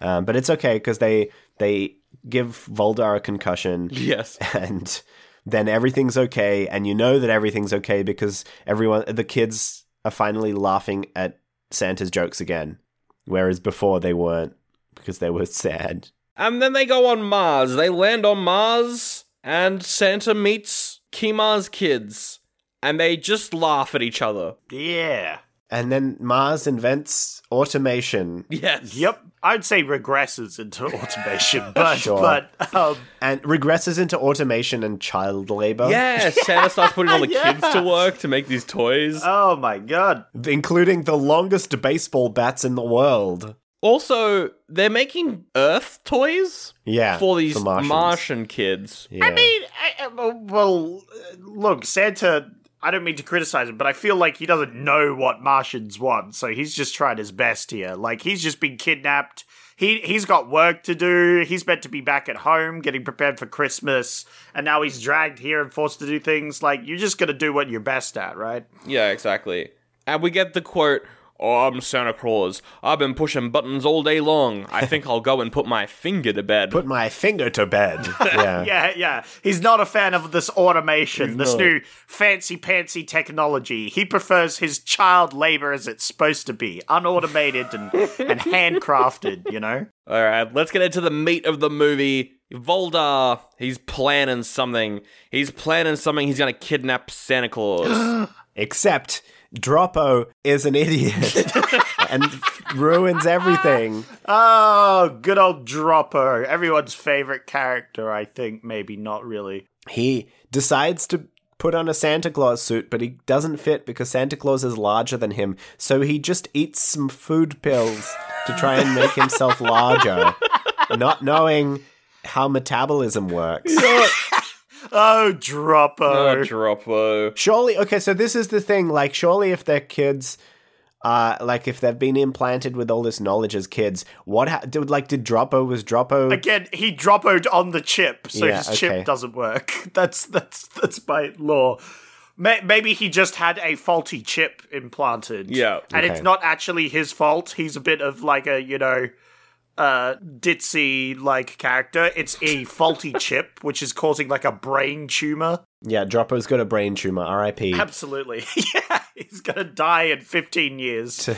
[SPEAKER 3] um, but it's okay because they they give Voldar a concussion.
[SPEAKER 2] Yes.
[SPEAKER 3] and then everything's okay, and you know that everything's okay because everyone, the kids, are finally laughing at Santa's jokes again, whereas before they weren't because they were sad.
[SPEAKER 2] And then they go on Mars. They land on Mars, and Santa meets Kimar's kids, and they just laugh at each other.
[SPEAKER 4] Yeah.
[SPEAKER 3] And then Mars invents automation
[SPEAKER 2] Yes.
[SPEAKER 4] Yep. I'd say regresses into automation, but
[SPEAKER 3] Sure.
[SPEAKER 4] but um,
[SPEAKER 3] and regresses into automation and child labor,
[SPEAKER 2] Yeah, Santa starts putting all the
[SPEAKER 4] Yeah.
[SPEAKER 2] kids to work to make these toys.
[SPEAKER 4] oh my god.
[SPEAKER 3] including the longest baseball bats in the world.
[SPEAKER 2] also, they're making Earth toys
[SPEAKER 3] Yeah,
[SPEAKER 2] for these
[SPEAKER 3] Martians.
[SPEAKER 2] Martian kids.
[SPEAKER 3] Yeah.
[SPEAKER 4] I mean, I, I- well, uh, look, Santa. I don't mean to criticize him, but I feel like he doesn't know what Martians want, so he's just trying his best here. Like he's just been kidnapped. He he's got work to do. He's meant to be back at home, getting prepared for Christmas, and now he's dragged here and forced to do things. Like you're just gonna do what you're best at, right?
[SPEAKER 2] Yeah, exactly. And we get the quote, Oh, I'm Santa Claus. I've been pushing buttons all day long. I think I'll go and put my finger to bed.
[SPEAKER 3] put my finger to bed. Yeah,
[SPEAKER 4] Yeah, yeah. He's not a fan of this automation, this
[SPEAKER 3] not.
[SPEAKER 4] new fancy pantsy technology. He prefers his child labor as it's supposed to be, unautomated and, and handcrafted, you know?
[SPEAKER 2] All right, let's get into the meat of the movie. Voldar, he's planning something. He's planning something. He's going to kidnap Santa Claus. Oh,
[SPEAKER 3] Except Droppo is an idiot and ruins everything.
[SPEAKER 4] Oh, good old Dropper. Everyone's favorite character, I think. Maybe not really.
[SPEAKER 3] He decides to put on a Santa Claus suit, but he doesn't fit because Santa Claus is larger than him. So he just eats some food pills to try and make himself larger, not knowing how metabolism works.
[SPEAKER 4] Oh, Dropper.
[SPEAKER 2] oh, Droppo.
[SPEAKER 3] Surely, okay, so this is the thing. Like, surely if their kids, uh, like if they've been implanted with all this knowledge as kids, what ha- did like did Droppo was Droppo?
[SPEAKER 4] Again, he droppoed on the chip, so
[SPEAKER 3] Yeah,
[SPEAKER 4] his
[SPEAKER 3] okay.
[SPEAKER 4] chip doesn't work. That's that's that's by law. May- Maybe he just had a faulty chip implanted.
[SPEAKER 2] Yeah.
[SPEAKER 4] and
[SPEAKER 3] Okay.
[SPEAKER 4] it's not actually his fault. He's a bit of like a you know, uh, ditzy like character. It's a faulty chip which is causing like a brain tumor.
[SPEAKER 3] yeah, Droppo's got a brain tumor. R.I.P.
[SPEAKER 4] Absolutely, yeah, he's gonna die in fifteen years.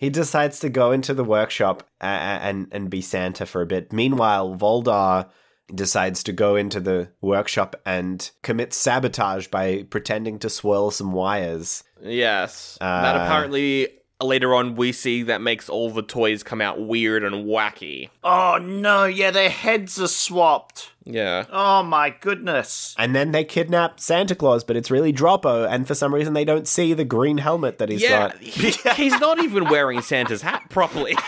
[SPEAKER 3] He decides to go into the workshop a- a- and and be Santa for a bit. Meanwhile, Voldar decides to go into the workshop and commit sabotage by pretending to swirl some wires.
[SPEAKER 2] Yes. that
[SPEAKER 3] Uh.
[SPEAKER 2] apparently later on we see that makes all the toys come out weird and wacky.
[SPEAKER 4] oh no, yeah, their heads are swapped.
[SPEAKER 2] Yeah.
[SPEAKER 4] Oh my goodness.
[SPEAKER 3] And then they kidnap Santa Claus, but it's really Droppo, and for some reason they don't see the green helmet that he's
[SPEAKER 2] yeah.
[SPEAKER 3] got.
[SPEAKER 2] he- he's not even wearing Santa's hat properly.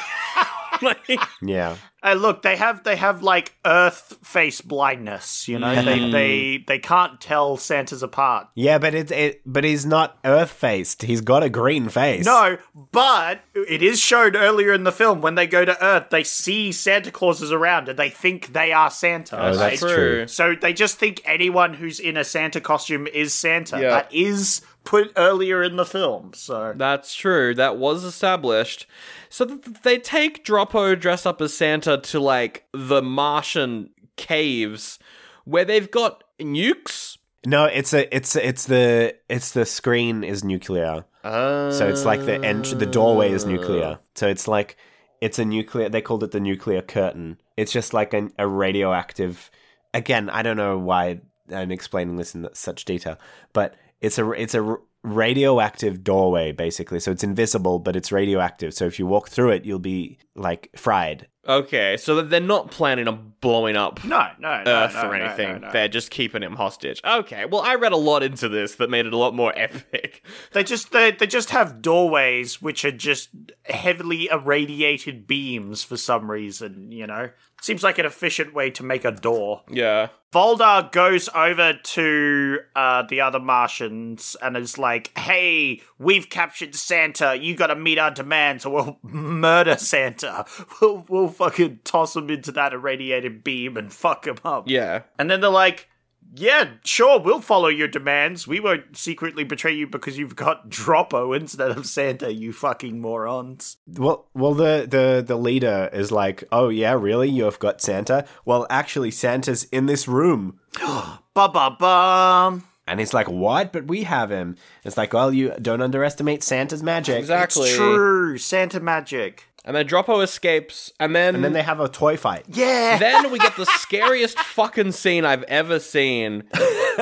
[SPEAKER 2] like,
[SPEAKER 3] Yeah.
[SPEAKER 4] Uh, look, they have they have like Earth face blindness. You know,
[SPEAKER 2] Hmm.
[SPEAKER 4] they they they can't tell Santas apart.
[SPEAKER 3] Yeah, but it's it, but he's not earth faced. He's got a green face.
[SPEAKER 4] No, but it is shown earlier in the film when they go to Earth, they see Santa Claus is around and they think they are Santa.
[SPEAKER 3] Oh,
[SPEAKER 4] right?
[SPEAKER 3] that's true.
[SPEAKER 4] So they just think anyone who's in a Santa costume is Santa.
[SPEAKER 2] Yeah.
[SPEAKER 4] That is put earlier in the film. So
[SPEAKER 2] That's true. That was established. So th- th- they take Droppo dressed up as Santa to like the Martian caves where they've got nukes.
[SPEAKER 3] No, it's a it's it's the it's the screen is nuclear.
[SPEAKER 4] Uh.
[SPEAKER 3] so it's like the ent- the doorway is nuclear. So it's like it's a nuclear. They called it the nuclear curtain. It's just like an, a radioactive. Again, I don't know why I'm explaining this in such detail, but it's a it's a r- radioactive doorway basically. So it's invisible, but it's radioactive. So if you walk through it, you'll be like fried.
[SPEAKER 2] Okay, so that they're not planning on blowing up
[SPEAKER 4] No, no, no,
[SPEAKER 2] Earth
[SPEAKER 4] no,
[SPEAKER 2] or
[SPEAKER 4] no,
[SPEAKER 2] anything.
[SPEAKER 4] no, no.
[SPEAKER 2] They're just keeping him hostage. Okay, well, I read a lot into this that made it a lot more epic.
[SPEAKER 4] They just they they just have doorways which are just heavily irradiated beams for some reason. You know, seems like an efficient way to make a door.
[SPEAKER 2] Yeah.
[SPEAKER 4] Voldar goes over to uh, the other Martians and is like, "Hey, we've captured Santa. You got to meet our demand, so we'll murder Santa. We'll we'll fucking toss him into that irradiated beam and fuck him up."
[SPEAKER 2] Yeah.
[SPEAKER 4] And then they're like, yeah, sure, we'll follow your demands. We won't secretly betray you because you've got Droppo instead of Santa, you fucking morons.
[SPEAKER 3] Well, well, the, the the leader is like, oh yeah, really? You have got Santa? Well, actually, Santa's in this room,
[SPEAKER 4] Ba ba bum.
[SPEAKER 3] and he's like, what? But we have him. It's like, well, you don't underestimate Santa's magic.
[SPEAKER 2] Exactly.
[SPEAKER 4] It's true. Santa magic.
[SPEAKER 2] And then Droppo escapes, and then
[SPEAKER 3] And then they have a toy fight.
[SPEAKER 4] Yeah.
[SPEAKER 2] then we get the scariest fucking scene I've ever seen,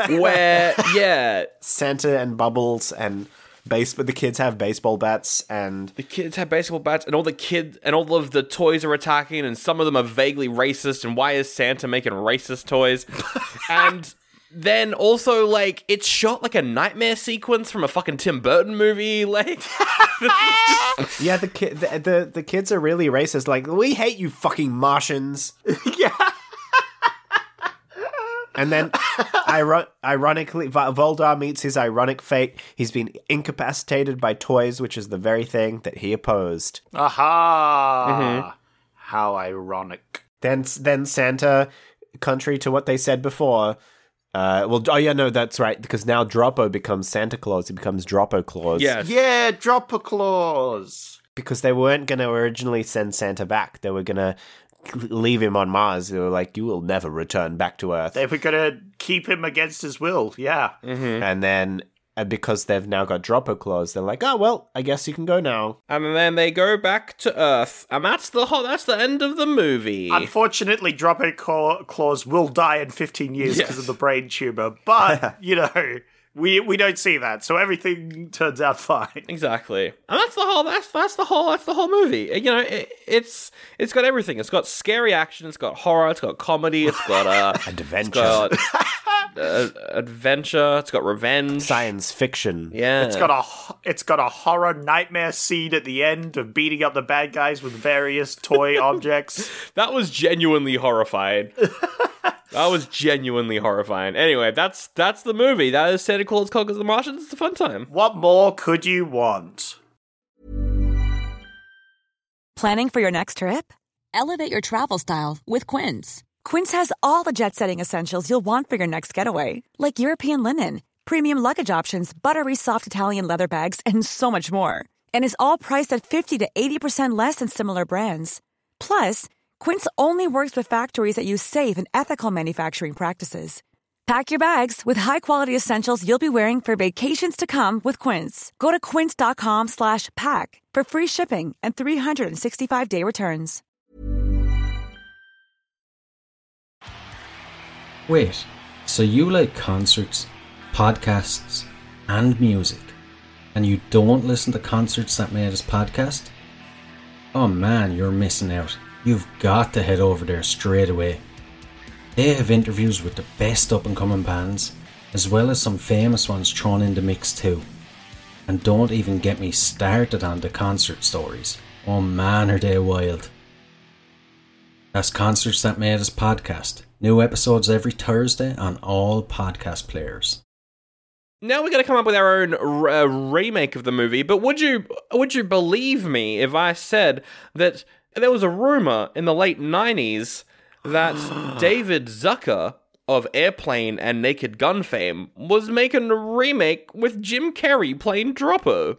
[SPEAKER 2] where yeah,
[SPEAKER 3] Santa and Bubbles and base, but the kids have baseball bats and
[SPEAKER 2] the kids have baseball bats, and all the kids and all of the toys are attacking, and some of them are vaguely racist. And why is Santa making racist toys? and then also like it's shot like a nightmare sequence from a fucking Tim Burton movie. Like
[SPEAKER 3] yeah, the ki- the, the the kids are really racist. Like, we hate you, fucking Martians.
[SPEAKER 4] yeah.
[SPEAKER 3] And then, iron- ironically, Va- Voldar meets his ironic fate. He's been incapacitated by toys, which is the very thing that he opposed.
[SPEAKER 4] Aha. How ironic.
[SPEAKER 3] Then, then Santa, contrary to what they said before, uh, well, oh yeah, no, that's right, because now Droppo becomes Santa Claus. He becomes Droppo Claus.
[SPEAKER 2] yeah,
[SPEAKER 4] Yeah, drop a claws.
[SPEAKER 3] because they weren't going to originally send Santa back. They were going to leave him on Mars. They were like, "You will never return back to Earth."
[SPEAKER 4] They were gonna keep him against his will, yeah.
[SPEAKER 3] and then uh, because they've now got Dropper claws, they're like, "Oh well, I guess you can go now."
[SPEAKER 2] and then they go back to Earth, and that's the ho- that's the end of the movie.
[SPEAKER 4] Unfortunately, Droppo Claw- Claws will die in 15 years because
[SPEAKER 2] Yes.
[SPEAKER 4] of the brain tumor, but, you know, we we don't see that, so everything turns out fine.
[SPEAKER 2] Exactly, and that's the whole. That's that's the whole. That's the whole movie. You know, it, it's it's got everything. It's got scary action. It's got horror. It's got comedy. It's got uh,
[SPEAKER 3] Adventure,
[SPEAKER 2] it's got uh, adventure. It's got revenge.
[SPEAKER 3] science fiction.
[SPEAKER 2] Yeah,
[SPEAKER 4] It's got a ho- it's got a horror nightmare scene at the end of beating up the bad guys with various toy objects.
[SPEAKER 2] that was genuinely horrifying. that was genuinely horrifying. Anyway, that's that's the movie. That is Santa Claus Conquers the Martians. It's a fun time.
[SPEAKER 4] What more could you want?
[SPEAKER 6] Planning for your next trip? Elevate your travel style with Quince. Quince has all the jet setting essentials you'll want for your next getaway, like European linen, premium luggage options, buttery soft Italian leather bags, and so much more. And is all priced at 50 to 80% less than similar brands. Plus, Quince only works with factories that use safe and ethical manufacturing practices. Pack your bags with high-quality essentials you'll be wearing for vacations to come with Quince. Go to quince.com slash pack for free shipping and 365-day returns.
[SPEAKER 7] Wait, so you like concerts, podcasts, and music, and you don't listen to Concerts That Made Us podcast? Oh man, you're missing out. You've got to head over there straight away. They have interviews with the best up and coming bands, as well as some famous ones thrown in the mix too. And don't even get me started on the concert stories. Oh man, are they wild! That's Concerts That Made Us podcast. New episodes every Thursday on all podcast players.
[SPEAKER 2] Now we're going to come up with our own r- uh, remake of the movie. But would you would you believe me if I said that there was a rumor in the late '90s that David Zucker of Airplane and Naked Gun fame was making a remake with Jim Carrey playing Droppo?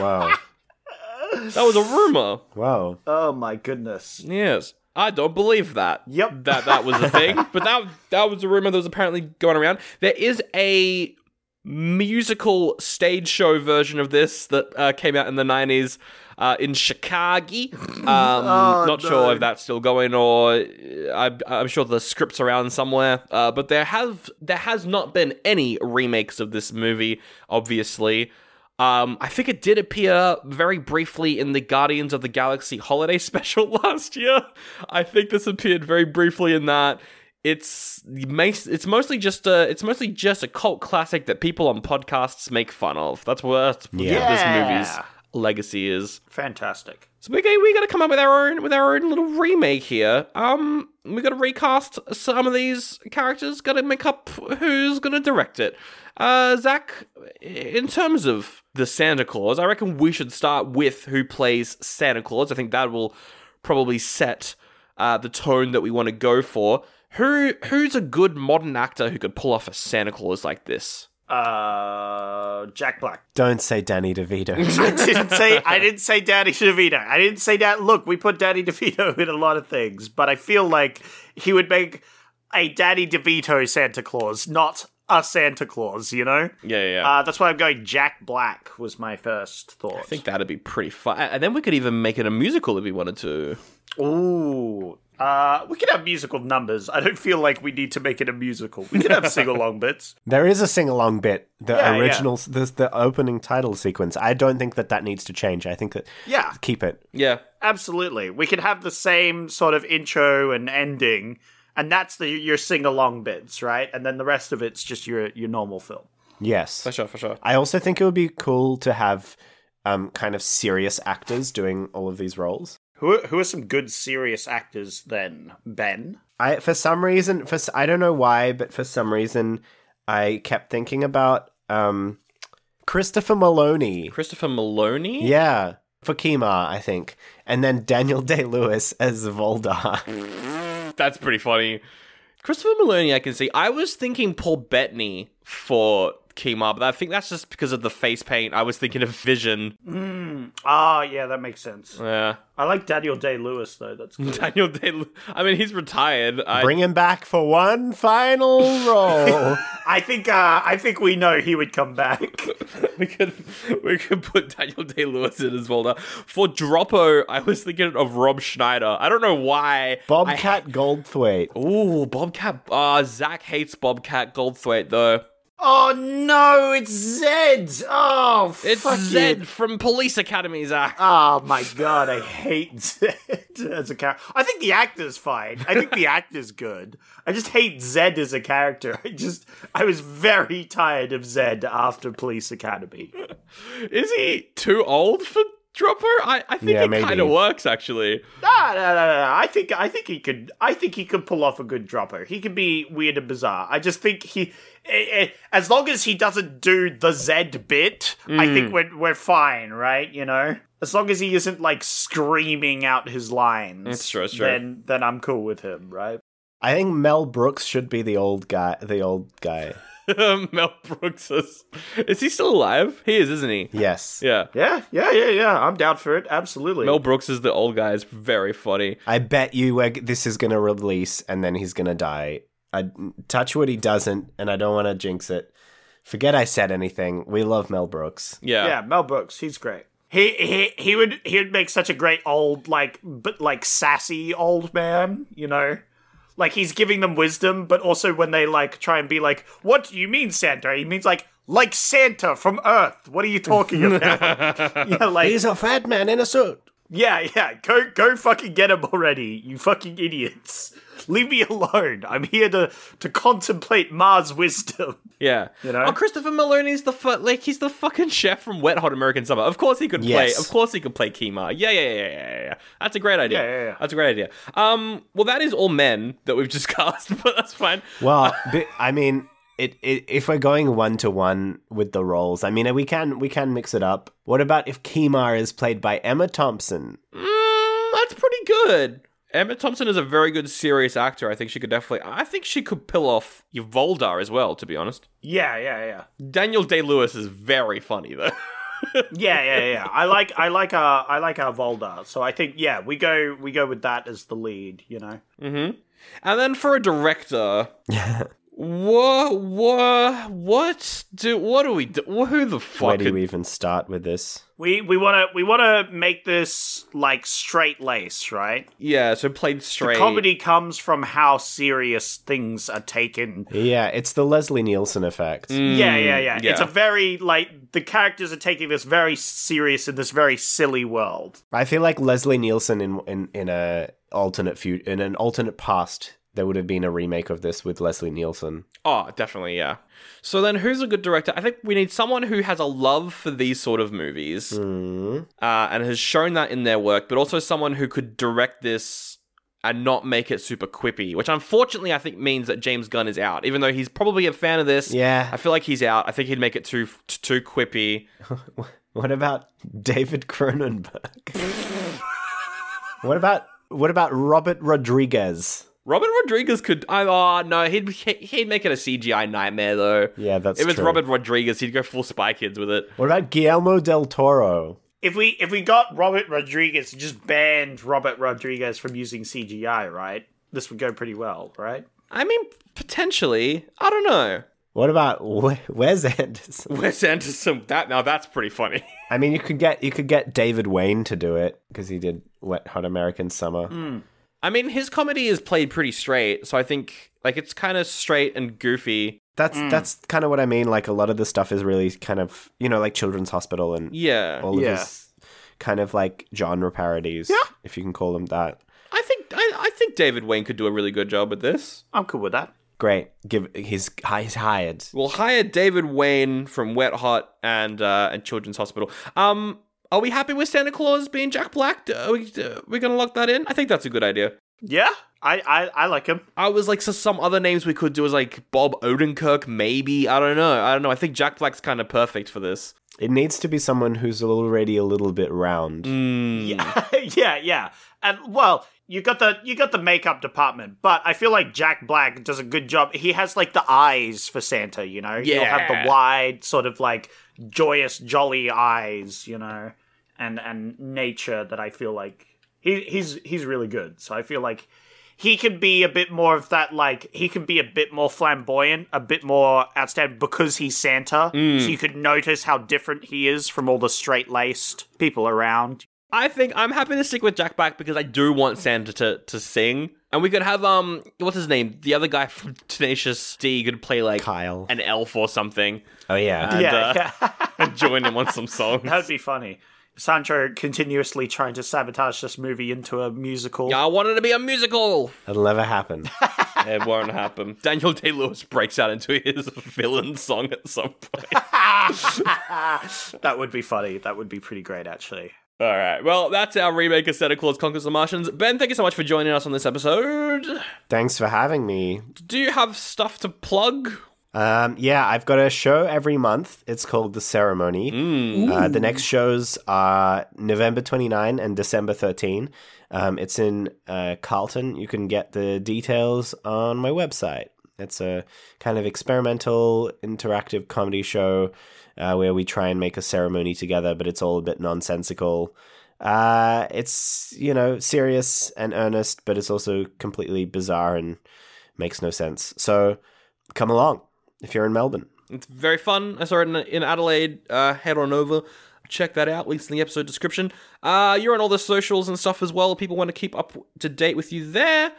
[SPEAKER 3] Wow,
[SPEAKER 2] That was a rumor.
[SPEAKER 3] wow.
[SPEAKER 4] Oh my goodness.
[SPEAKER 2] Yes. I don't believe that.
[SPEAKER 4] Yep.
[SPEAKER 2] That that was a thing. but that that was a rumor that was apparently going around. There is a musical stage show version of this that uh, came out in the 90s uh, in Chicago. Um, not sure if that's still going or uh, I, I'm sure the script's around somewhere. Uh, but there have there has not been any remakes of this movie, obviously. Um, I think it did appear very briefly in the Guardians of the Galaxy holiday special last year. I think this appeared very briefly in that. It's mas- it's mostly just a it's mostly just a cult classic that people on podcasts make fun of. That's what, that's what this
[SPEAKER 4] Yeah.
[SPEAKER 2] movie's legacy is.
[SPEAKER 4] Fantastic.
[SPEAKER 2] So we got, we got to come up with our own with our own little remake here. Um, we got to recast some of these characters. Got to make up who's going to direct it. Uh, Zach, in terms of the Santa Claus, I reckon we should start with who plays Santa Claus. I think that will probably set uh, the tone that we want to go for. Who who's a good modern actor who could pull off a Santa Claus like this?
[SPEAKER 4] Uh, Jack Black.
[SPEAKER 3] Don't say Danny DeVito.
[SPEAKER 4] I didn't say I didn't say Daddy DeVito. I didn't say that. Look, we put Daddy DeVito in a lot of things, but I feel like he would make a Daddy DeVito Santa Claus, not a Santa Claus. You know.
[SPEAKER 2] Yeah, yeah.
[SPEAKER 4] Uh, that's why I'm going. Jack Black was my first thought.
[SPEAKER 2] I think that'd be pretty fun, and then we could even make it a musical if we wanted to.
[SPEAKER 4] Ooh. Uh, we could have musical numbers. I don't feel like we need to make it a musical. We could have sing along bits.
[SPEAKER 3] there is a sing along bit, the
[SPEAKER 4] Yeah, yeah.
[SPEAKER 3] original, The, the opening title sequence. I don't think that that needs to change. I think that
[SPEAKER 4] Yeah.
[SPEAKER 3] keep it.
[SPEAKER 2] Yeah,
[SPEAKER 4] Absolutely. We could have the same sort of intro and ending, and that's the your sing along bits, right? And then the rest of it's just your your normal film.
[SPEAKER 3] Yes,
[SPEAKER 2] for sure, for sure.
[SPEAKER 3] I also think it would be cool to have um, kind of serious actors doing all of these roles.
[SPEAKER 4] Who are- who are some good serious actors then? Ben.
[SPEAKER 3] I for some reason for s- I don't know why, but for some reason I kept thinking about um, Christopher Maloney.
[SPEAKER 2] Christopher Maloney?
[SPEAKER 3] Yeah, for Kima, I think, and then Daniel Day Lewis as Voldar.
[SPEAKER 2] That's pretty funny. Christopher Maloney, I can see. I was thinking Paul Bettany for Kemar, but I think that's just because of the face paint. I was thinking of Vision.
[SPEAKER 4] Ah, yeah, that makes sense.
[SPEAKER 2] Yeah.
[SPEAKER 4] I like Daniel Day Lewis though. That's good.
[SPEAKER 2] Daniel Day. I mean, he's retired. I,
[SPEAKER 3] Bring him back for one final role.
[SPEAKER 4] I think uh, I think we know he would come back.
[SPEAKER 2] we could we could put Daniel Day Lewis in as Volder. For Droppo, I was thinking of Rob Schneider. I don't know why.
[SPEAKER 3] Bobcat Goldthwait.
[SPEAKER 2] Ooh, Bobcat. Uh, Zach hates Bobcat Goldthwait though.
[SPEAKER 4] oh no, it's Zed. Oh,
[SPEAKER 2] It's
[SPEAKER 4] fuck
[SPEAKER 2] Zed
[SPEAKER 4] you.
[SPEAKER 2] from Police Academy, Zach.
[SPEAKER 4] Oh my god, I hate Zed as a character. I think the actor's fine. I think the actor's good. I just hate Zed as a character. I just I was very tired of Zed after Police Academy.
[SPEAKER 2] Is he too old for Droppo? I, I think
[SPEAKER 3] Yeah,
[SPEAKER 2] it
[SPEAKER 3] maybe.
[SPEAKER 2] kind of works actually.
[SPEAKER 4] Ah, no, no, no, no. I think I think he could. I think he could pull off a good dropper. He could be weird and bizarre. I just think he, eh, eh, as long as he doesn't do the Z bit, I
[SPEAKER 2] Hmm.
[SPEAKER 4] think we're we're fine, right? You know, as long as he isn't like screaming out his lines.
[SPEAKER 2] That's true, that's true.
[SPEAKER 4] Then then I'm cool with him, right?
[SPEAKER 3] I think Mel Brooks should be the old guy. The old guy.
[SPEAKER 2] Mel Brooks is. Is he still alive? He is, isn't he?
[SPEAKER 3] Yes.
[SPEAKER 2] Yeah.
[SPEAKER 4] Yeah, yeah, yeah, yeah. I'm down for it. Absolutely.
[SPEAKER 2] Mel Brooks is the old guy. It's very funny.
[SPEAKER 3] I bet you we're, g- this is going to release and then he's going to die. I touch what he doesn't, and I don't want to jinx it. Forget I said anything. We love Mel Brooks.
[SPEAKER 2] Yeah.
[SPEAKER 4] Yeah, Mel Brooks, he's great. He he he would he would make such a great old like but like sassy old man, you know. Like he's giving them wisdom, but also when they like try and be like, "What do you mean, Santa?" He means like like Santa from Earth. What are you talking about? yeah, like
[SPEAKER 5] He's a fat man in a suit.
[SPEAKER 4] yeah, yeah. Go go fucking get him already, you fucking idiots. Leave me alone. I'm here to to contemplate Mars wisdom.
[SPEAKER 2] Yeah. You
[SPEAKER 4] know?
[SPEAKER 2] Oh, Christopher Maloney's the fu- like he's the fucking chef from Wet Hot American Summer. Of course he could
[SPEAKER 3] Yes.
[SPEAKER 2] play. Of course he could play Kima. Yeah, yeah, yeah, yeah, yeah, yeah. That's a great idea.
[SPEAKER 4] Yeah, yeah, yeah.
[SPEAKER 2] That's a great idea. Um, well, that is all men that we've just cast, but that's fine.
[SPEAKER 3] Well, but, I mean, it, it, if we're going one to one with the roles, I mean, we can we can mix it up. What about if Kemar is played by Emma Thompson?
[SPEAKER 2] Mm, that's pretty good. Emma Thompson is a very good serious actor. I think she could definitely. I think she could pull off Yvoldar as well. To be honest,
[SPEAKER 4] Yeah, yeah, yeah.
[SPEAKER 2] Daniel Day Lewis is very funny though.
[SPEAKER 4] Yeah, yeah, yeah. I like I like our I like our Volda. So I think yeah, we go we go with that as the lead, you know.
[SPEAKER 2] and then for a director, What? What? What do? What do we do? Who the
[SPEAKER 3] Where
[SPEAKER 2] fuck?
[SPEAKER 3] do
[SPEAKER 2] are-
[SPEAKER 3] you even start with this?
[SPEAKER 4] We we wanna we wanna make this like straight lace, right?
[SPEAKER 2] Yeah. So played straight.
[SPEAKER 4] Comedy comes from how serious things are taken.
[SPEAKER 3] Yeah, it's the Leslie Nielsen effect.
[SPEAKER 4] yeah, yeah, yeah,
[SPEAKER 2] yeah.
[SPEAKER 4] It's a very like the characters are taking this very serious in this very silly world.
[SPEAKER 3] I feel like Leslie Nielsen in in in a alternate future in an alternate past there would have been a remake of this with Leslie Nielsen.
[SPEAKER 2] Oh, definitely, yeah. So then, who's a good director? I think we need someone who has a love for these sort of movies
[SPEAKER 3] Hmm.
[SPEAKER 2] uh, and has shown that in their work, but also someone who could direct this and not make it super quippy, which unfortunately I think means that James Gunn is out. Even though he's probably a fan of this,
[SPEAKER 3] Yeah.
[SPEAKER 2] I feel like he's out. I think he'd make it too too quippy.
[SPEAKER 3] What about David Cronenberg? what about what about Robert Rodriguez?
[SPEAKER 2] Robert Rodriguez could. I oh no, he'd he'd make it a CGI nightmare though.
[SPEAKER 3] Yeah, that's
[SPEAKER 2] if it's
[SPEAKER 3] true.
[SPEAKER 2] Robert Rodriguez, he'd go full Spy Kids with it.
[SPEAKER 3] What about Guillermo del Toro?
[SPEAKER 4] If we if we got Robert Rodriguez just banned Robert Rodriguez from using CGI, right? This would go pretty well, right?
[SPEAKER 2] I mean, potentially. I don't know.
[SPEAKER 3] What about Wes Wes Anderson?
[SPEAKER 2] Wes Anderson. That now that's pretty funny.
[SPEAKER 3] I mean, you could get you could get David Wayne to do it because he did Wet Hot American Summer.
[SPEAKER 2] I mean, his comedy is played pretty straight, so I think like it's kind of straight and goofy.
[SPEAKER 3] That's that's kind of what I mean. Like a lot of the stuff is really kind of you know like Children's Hospital and
[SPEAKER 2] Yeah,
[SPEAKER 3] all
[SPEAKER 4] Yeah.
[SPEAKER 3] of his kind of like genre parodies, if you can call them that.
[SPEAKER 2] I think I, I think David Wayne could do a really good job with this.
[SPEAKER 4] I'm cool with that.
[SPEAKER 3] Great. Give he's he's hired.
[SPEAKER 2] We'll hire David Wayne from Wet Hot and uh, and Children's Hospital. Um, are we happy with Santa Claus being Jack Black? Do- Are we, uh, we gonna lock that in? I think that's a good idea.
[SPEAKER 4] Yeah, I I, I like him.
[SPEAKER 2] I was like, so some other names we could do is like Bob Odenkirk, maybe. I don't know. I don't know. I think Jack Black's kind of perfect for this.
[SPEAKER 3] It needs to be someone who's already a little bit round.
[SPEAKER 4] Yeah, yeah, yeah. And well, you got the you got the makeup department, but I feel like Jack Black does a good job. He has like the eyes for Santa, you know. He'll have
[SPEAKER 2] Yeah.
[SPEAKER 4] the wide, sort of like joyous, jolly eyes, you know, and and nature that I feel like he he's he's really good. So I feel like he can be a bit more of that like he can be a bit more flamboyant a bit more outstanding because he's santa so you could notice how different he is from all the straight-laced people around
[SPEAKER 2] I think I'm happy to stick with Jack Black because I do want Santa to, to sing. And we could have um what's his name? The other guy from Tenacious D could play like
[SPEAKER 3] Kyle.
[SPEAKER 2] an elf or something
[SPEAKER 3] Oh yeah.
[SPEAKER 2] and,
[SPEAKER 4] yeah,
[SPEAKER 2] uh,
[SPEAKER 4] yeah.
[SPEAKER 2] and join him on some songs.
[SPEAKER 4] that'd be funny. Sancho continuously trying to sabotage this movie into a musical.
[SPEAKER 2] I wanted to be a musical.
[SPEAKER 3] That'll never happen.
[SPEAKER 2] It won't happen. Daniel Day Lewis breaks out into his villain song at some point.
[SPEAKER 4] That would be funny. That would be pretty great, actually.
[SPEAKER 2] All right. Well, that's our remake of Santa Claus Conquers the Martians. Ben, thank you so much for joining us on this episode.
[SPEAKER 3] Thanks for having me.
[SPEAKER 2] Do you have stuff to plug?
[SPEAKER 3] Um, yeah, I've got a show every month. It's called The Ceremony. Uh, the next shows are November 29 and December 13. Um, it's in uh, Carlton. You can get the details on my website. It's a kind of experimental, interactive comedy show uh, where we try and make a ceremony together, but it's all a bit nonsensical. Uh, it's, you know, serious and earnest, but it's also completely bizarre and makes no sense. So come along if you're in Melbourne.
[SPEAKER 2] It's very fun. I saw it in, in Adelaide. Uh, head on over, check that out. Links in the episode description. Uh, you're on all the socials and stuff as well. People want to keep up to date with you there.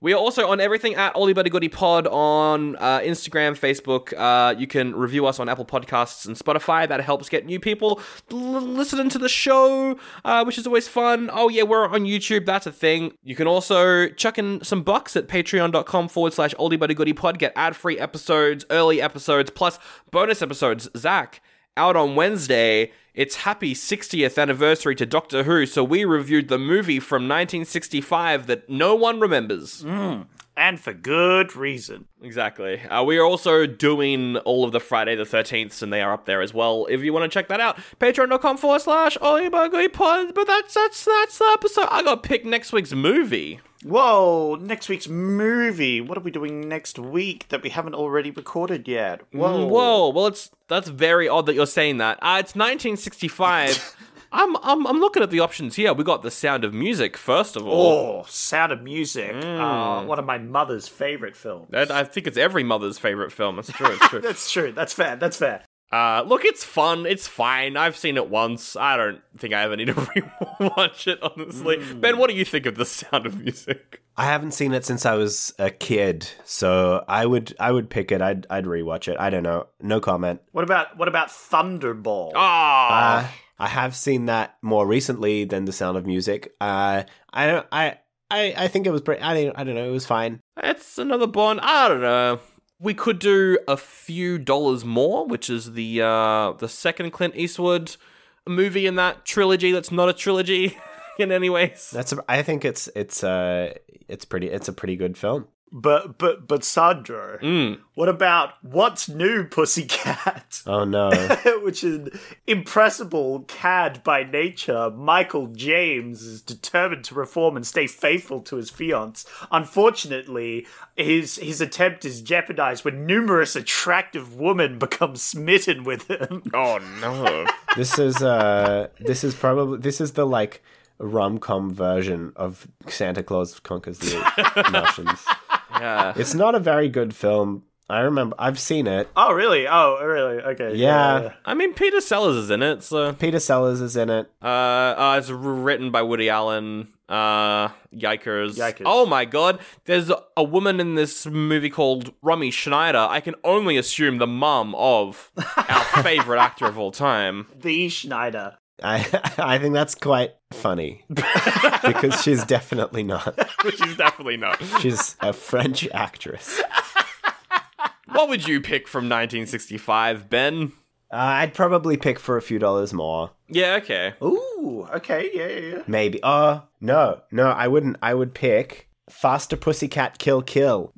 [SPEAKER 2] We are also on everything at Ollie Buddy Goody Pod on uh, Instagram, Facebook. Uh, you can review us on Apple Podcasts and Spotify. That helps get new people l- listening to the show, uh, which is always fun. Oh, yeah, we're on YouTube. That's a thing. You can also chuck in some bucks at patreon.com forward slash oldie buddy goody pod. Get ad free episodes, early episodes, plus bonus episodes. Zach, out on Wednesday, it's happy 60th anniversary to Doctor Who, so we reviewed the movie from 1965 that no one remembers.
[SPEAKER 4] And for good reason.
[SPEAKER 2] Exactly. Uh, we are also doing all of the Friday the 13th, and they are up there as well. If you want to check that out, patreon.com forward slash pod. But that's, that's, that's the episode. I got to pick next week's movie.
[SPEAKER 4] Whoa, next week's movie. What are we doing next week that we haven't already recorded
[SPEAKER 2] Mm,
[SPEAKER 4] yet? Whoa.
[SPEAKER 2] Whoa. Well, it's that's very odd that you're saying that. Uh, it's 1965. I'm, I'm I'm looking at the options here. We got the Sound of Music first of all.
[SPEAKER 4] Oh, Sound of Music. Uh, one of my mother's favorite films.
[SPEAKER 2] Mm. That- I think it's every mother's favorite film. That's true. It's true.
[SPEAKER 4] That's true. That's fair. That's fair.
[SPEAKER 2] Uh, look, it's fun. It's fine. I've seen it once. I don't think I ever need to rewatch it. Honestly, Ben, what do you think of the Sound of Music?
[SPEAKER 3] I haven't seen it since I was a kid, so I would I would pick it. I'd I'd rewatch it. I don't know. No comment.
[SPEAKER 4] What about what about Thunderball?
[SPEAKER 2] Ah,
[SPEAKER 3] Uh, I have seen that more recently than The Sound of Music. Uh, I don't. I. I, I think it was pretty. I don't. I don't know. It was fine.
[SPEAKER 2] That's another Bond. I don't know. We could do a few dollars more, which is the uh, the second Clint Eastwood movie in that trilogy. That's not a trilogy in any ways.
[SPEAKER 3] That's. A, I think it's. It's. Uh. It's pretty. It's a pretty good film.
[SPEAKER 4] But but but Sandro,
[SPEAKER 2] Mm.
[SPEAKER 4] what about What's New Pussycat?
[SPEAKER 3] Oh no.
[SPEAKER 4] Which is an impressible cad by nature, Michael James is determined to reform and stay faithful to his fiance. Unfortunately, his his attempt is jeopardized when numerous attractive women become smitten with him.
[SPEAKER 2] Oh no.
[SPEAKER 3] this is. Uh. This is probably. This is the like rom com version of Santa Claus Conquers the Martians.
[SPEAKER 2] yeah.
[SPEAKER 3] It's not a very good film. I remember. I've seen it.
[SPEAKER 4] Oh really? Oh really? Okay.
[SPEAKER 3] Yeah.
[SPEAKER 2] I mean, Peter Sellers is in it, so
[SPEAKER 3] Peter Sellers is in it.
[SPEAKER 2] uh, uh, it's written by Woody Allen. Uh, yikers.
[SPEAKER 4] Yikers.
[SPEAKER 2] Oh my god. There's a woman in this movie called Rummy Schneider. I can only assume the mum of our favorite actor of all time.
[SPEAKER 4] The Schneider.
[SPEAKER 3] I. I think that's quite funny because she's definitely not.
[SPEAKER 2] She's definitely not.
[SPEAKER 3] She's a French actress.
[SPEAKER 2] What would you pick from 1965, Ben?
[SPEAKER 3] Uh, I'd probably pick for a few dollars more.
[SPEAKER 2] Yeah, okay.
[SPEAKER 4] Ooh. Okay. Yeah. Yeah. yeah.
[SPEAKER 3] Maybe. Oh, no. No, I wouldn't. I would pick Faster Pussycat Kill Kill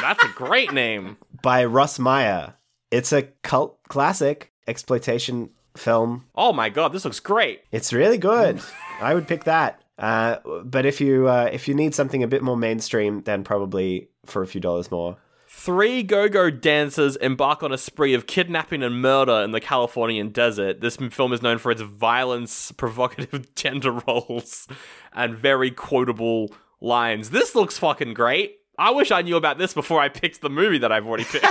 [SPEAKER 2] That's a great name.
[SPEAKER 3] by Russ Meyer. It's a cult classic exploitation film.
[SPEAKER 2] Oh my god, this looks great.
[SPEAKER 3] It's really good. I would pick that. Uh, but if you uh, if you need something a bit more mainstream, then probably for a few dollars more.
[SPEAKER 2] Three go go dancers embark on a spree of kidnapping and murder in the Californian desert. This m- film is known for its violence, provocative gender roles, and very quotable lines. This looks fucking great. I wish I knew about this before I picked the movie that I've already picked.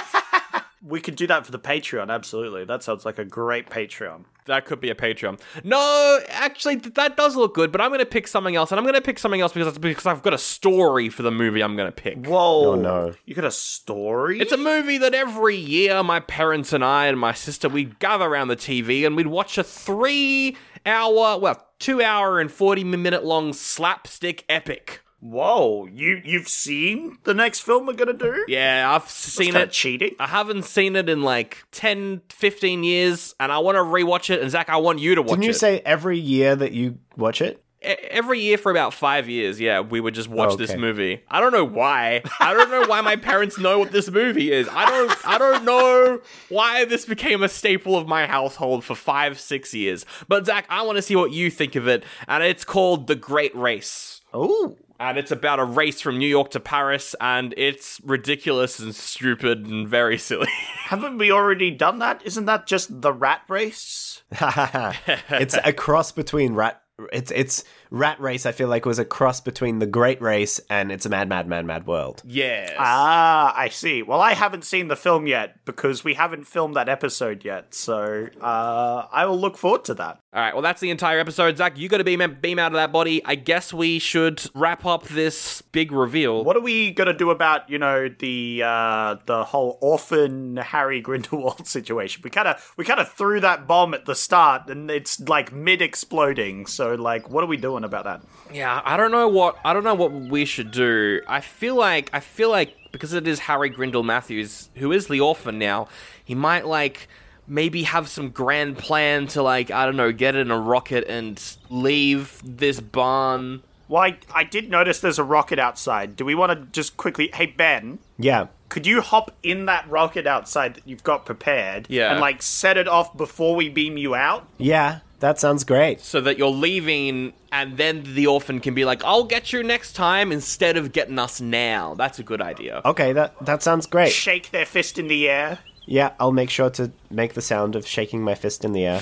[SPEAKER 4] We could do that for the Patreon. Absolutely. That sounds like a great Patreon.
[SPEAKER 2] That could be a Patreon. No, actually, th- that does look good, but I'm going to pick something else, and I'm going to pick something else because, because I've got a story for the movie I'm going to pick.
[SPEAKER 4] Whoa.
[SPEAKER 3] Oh, no.
[SPEAKER 4] You got a story?
[SPEAKER 2] It's a movie that every year my parents and I and my sister we'd gather around the TV and we'd watch a three hour, well, two hour and 40 minute long slapstick epic.
[SPEAKER 4] Whoa, you you've seen the next film we're gonna do?
[SPEAKER 2] Yeah, I've
[SPEAKER 4] That's
[SPEAKER 2] seen
[SPEAKER 4] kinda
[SPEAKER 2] it.
[SPEAKER 4] cheating.
[SPEAKER 2] I haven't seen it in like 10, 15 years, and I want to rewatch it. And Zach, I want you to watch
[SPEAKER 3] Didn't
[SPEAKER 2] it.
[SPEAKER 3] you say every year that you watch it?
[SPEAKER 2] E- every year for about five years, yeah, we would just watch this
[SPEAKER 3] Okay.
[SPEAKER 2] movie. I don't know why. I don't know why my parents know what this movie is. I don't. I don't know why this became a staple of my household for five, six years. But Zach, I want to see what you think of it, and it's called The Great Race.
[SPEAKER 4] Oh,
[SPEAKER 2] And it's about a race from New York to Paris, and it's ridiculous and stupid and very silly.
[SPEAKER 4] haven't we already done that? Isn't that just the rat race?
[SPEAKER 3] it's a cross between rat. It's it's rat race. I feel like was a cross between the Great Race and it's a Mad Mad Mad Mad World.
[SPEAKER 2] yes.
[SPEAKER 4] Ah, I see. Well, I haven't seen the film yet because we haven't filmed that episode yet. So uh, I will look forward to that.
[SPEAKER 2] All right, well, that's the entire episode. Zach, you got to beam, beam out of that body. I guess we should wrap up this big reveal.
[SPEAKER 4] What are we gonna do about you know the uh, the whole orphan Harry Grindelwald situation? We kind of we kind of threw that bomb at the start, and it's like mid exploding. So like, what are we doing about that?
[SPEAKER 2] Yeah, I don't know what I don't know what we should do. I feel like I feel like because it is Harry Grindle Matthews who is the orphan now, he might like maybe have some grand plan to like I don't know get in a rocket and leave this barn.
[SPEAKER 4] Well, I, I did notice there's a rocket outside. Do we want to just quickly? Hey Ben,
[SPEAKER 3] Yeah,
[SPEAKER 4] could you hop in that rocket outside that you've got prepared?
[SPEAKER 2] Yeah.
[SPEAKER 4] And like set it off before we beam you out.
[SPEAKER 3] yeah, that sounds great.
[SPEAKER 2] So that you're leaving, and then the orphan can be like, "I'll get you next time," instead of getting us now. That's a good idea.
[SPEAKER 3] Oh. Okay, that that sounds great.
[SPEAKER 4] Shake their fist in the air.
[SPEAKER 3] Yeah, I'll make sure to make the sound of shaking my fist in the air.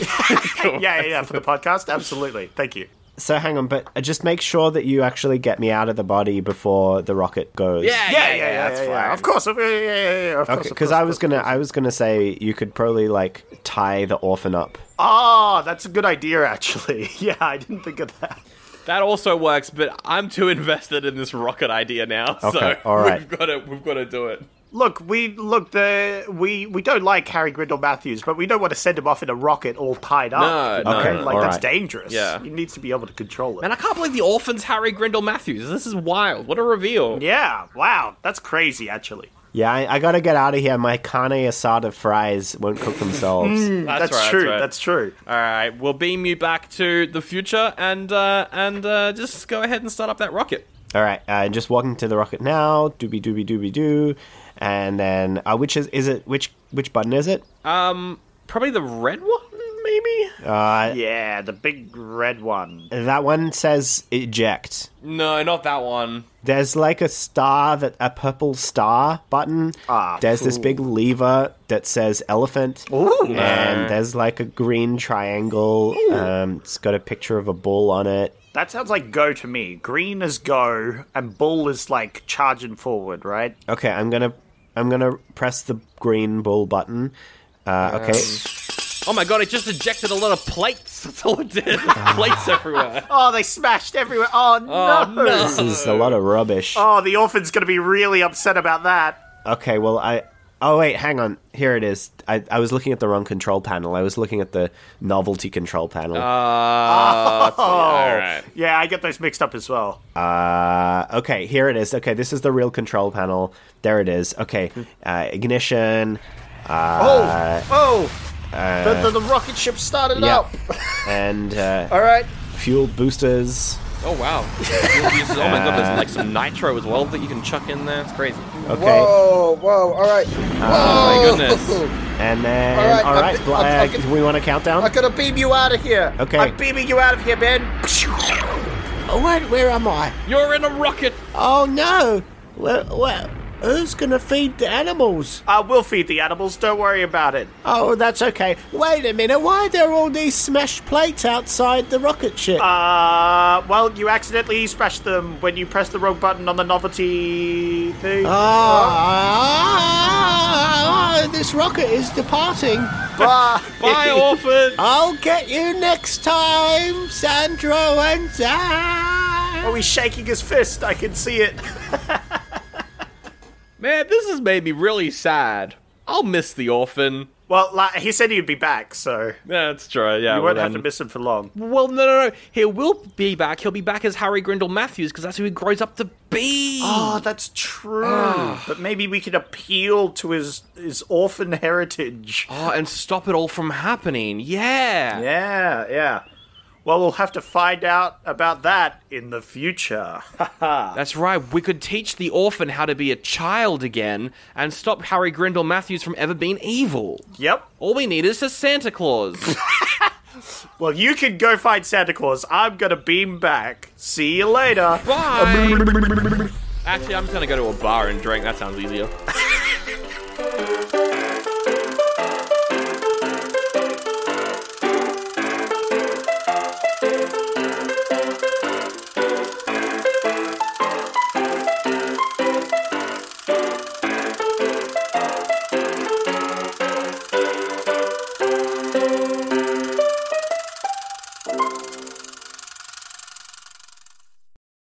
[SPEAKER 4] yeah, yeah, yeah, for the podcast, absolutely. Thank you.
[SPEAKER 3] so hang on, but uh, just make sure that you actually get me out of the body before the rocket goes.
[SPEAKER 2] Yeah,
[SPEAKER 4] Yeah, yeah, yeah, that's
[SPEAKER 2] that's
[SPEAKER 4] yeah,
[SPEAKER 2] fine.
[SPEAKER 4] Of course, of- yeah, yeah, yeah, yeah, of course.
[SPEAKER 3] Okay,
[SPEAKER 4] of
[SPEAKER 3] because
[SPEAKER 4] course,
[SPEAKER 3] I
[SPEAKER 4] of
[SPEAKER 3] was
[SPEAKER 4] course.
[SPEAKER 3] gonna, I was gonna say you could probably like tie the orphan up.
[SPEAKER 4] Ah, that's a good idea, actually. Yeah, I didn't think of that.
[SPEAKER 2] That also works, but I'm too invested in this rocket idea now. so
[SPEAKER 3] Okay, all right.
[SPEAKER 2] we've got to we've got to do it.
[SPEAKER 4] Look, we look the we we don't like Harry Grindle Matthews, but we don't want to send him off in a rocket all tied up.
[SPEAKER 2] No, no,
[SPEAKER 4] you know?
[SPEAKER 3] no,
[SPEAKER 4] like
[SPEAKER 3] all
[SPEAKER 4] that's
[SPEAKER 3] right.
[SPEAKER 4] dangerous.
[SPEAKER 2] Yeah.
[SPEAKER 4] he needs to be able to control it.
[SPEAKER 2] Man, I can't believe the orphan's Harry Grindle Matthews. This is wild. What a reveal.
[SPEAKER 4] yeah, wow, that's crazy, actually.
[SPEAKER 3] Yeah, I, I gotta get out of here. My carne asada fries won't cook themselves.
[SPEAKER 2] That's, right,
[SPEAKER 4] true.
[SPEAKER 2] That's, right.
[SPEAKER 4] that's true.
[SPEAKER 2] all right. We'll beam you back to the future and uh, and uh, just go ahead and start up that rocket.
[SPEAKER 3] All right, uh, just walking to the rocket now. Dooby dooby dooby doo, and then uh, which is is it? Which which button is it?
[SPEAKER 4] Uh,
[SPEAKER 2] Probably the red one, maybe.
[SPEAKER 4] Yeah, the big red one.
[SPEAKER 3] That one says eject.
[SPEAKER 2] No, not that one.
[SPEAKER 3] There's like a star that a purple star button.
[SPEAKER 4] Ah,
[SPEAKER 3] there's this big lever that says elephant.
[SPEAKER 4] Ooh.
[SPEAKER 3] And there's like a green triangle. Um, it's got a picture of a bull on it.
[SPEAKER 4] That sounds like go to me. Green is go, and bull is like charging forward, right?
[SPEAKER 3] Okay, I'm gonna I'm gonna press the green bull button. Uh, okay,
[SPEAKER 2] Oh my god! It just ejected a lot of plates. That's all it did. plates everywhere.
[SPEAKER 4] Oh, they smashed everywhere. Oh, no.
[SPEAKER 3] this is a lot of rubbish.
[SPEAKER 4] Oh, the orphan's gonna be really upset about that.
[SPEAKER 3] Okay, well I. Oh wait, hang on. Here it is. I, I was looking at the wrong control panel. I was looking at the novelty control panel.
[SPEAKER 2] Uh, all right.
[SPEAKER 4] Yeah, I get those mixed up as well.
[SPEAKER 3] Uh, okay, here it is. Okay, this is the real control panel. There it is. Okay,
[SPEAKER 4] Hmm.
[SPEAKER 3] uh, ignition. Uh,
[SPEAKER 4] oh, oh! the, the, the rocket ship started
[SPEAKER 3] yeah.
[SPEAKER 4] up.
[SPEAKER 3] and uh,
[SPEAKER 4] All right.
[SPEAKER 3] fuel boosters.
[SPEAKER 2] Oh wow! oh my god, there's like some nitro as well that you can chuck in there. It's crazy.
[SPEAKER 3] Okay,
[SPEAKER 8] Whoa, whoa, all right.
[SPEAKER 2] Oh my goodness!
[SPEAKER 8] I
[SPEAKER 3] and then
[SPEAKER 8] All right,
[SPEAKER 3] all
[SPEAKER 8] I'm
[SPEAKER 3] right.
[SPEAKER 8] bi-
[SPEAKER 3] bla-
[SPEAKER 8] I'm- I'm
[SPEAKER 3] uh,
[SPEAKER 8] get-
[SPEAKER 3] do we want a countdown?
[SPEAKER 8] gotta beam you out of here.
[SPEAKER 3] Okay.
[SPEAKER 8] I'm beaming you out of here, Ben.
[SPEAKER 5] Oh, wait, where am I?
[SPEAKER 2] You're in a rocket.
[SPEAKER 5] Oh, no. Well, well, who's going to feed the animals?
[SPEAKER 4] Uh, we'll feed the animals. Don't worry about it.
[SPEAKER 5] Oh, that's okay. Wait a minute. Why are there all these smashed plates outside the rocket ship?
[SPEAKER 4] Uh, well, you accidentally smashed them when you pressed the wrong button on the novelty thing.
[SPEAKER 3] Uh.
[SPEAKER 5] Ah, this rocket is departing.
[SPEAKER 2] Bye, orphan.
[SPEAKER 5] I'll get you next time, Sandro and Zach.
[SPEAKER 4] Oh, he's shaking his fist. I can see it.
[SPEAKER 2] Man, this has made me really sad. I'll miss the orphan.
[SPEAKER 4] Well, like, he said he'd be back, so
[SPEAKER 2] That's true. Yeah, well,
[SPEAKER 4] you won't have to
[SPEAKER 2] then-
[SPEAKER 4] miss him for long.
[SPEAKER 2] Well, no, no, no. He will be back. He'll be back as Harry Grindle Matthews because that's who he grows up to be.
[SPEAKER 4] Oh, that's true. but maybe we could appeal to his his orphan heritage.
[SPEAKER 2] Oh, and stop it all from happening. Yeah.
[SPEAKER 4] Yeah, yeah. Well, we'll have to find out about that in the future.
[SPEAKER 2] That's right. We could teach the orphan how to be a child again and stop Harry Grindle Matthews from ever being evil.
[SPEAKER 4] yep.
[SPEAKER 2] All we need is a Santa Claus.
[SPEAKER 4] Well, you can go find Santa Claus. I'm gonna beam back. See you later.
[SPEAKER 2] Bye. Actually, I'm just gonna go to a bar and drink. That sounds easier.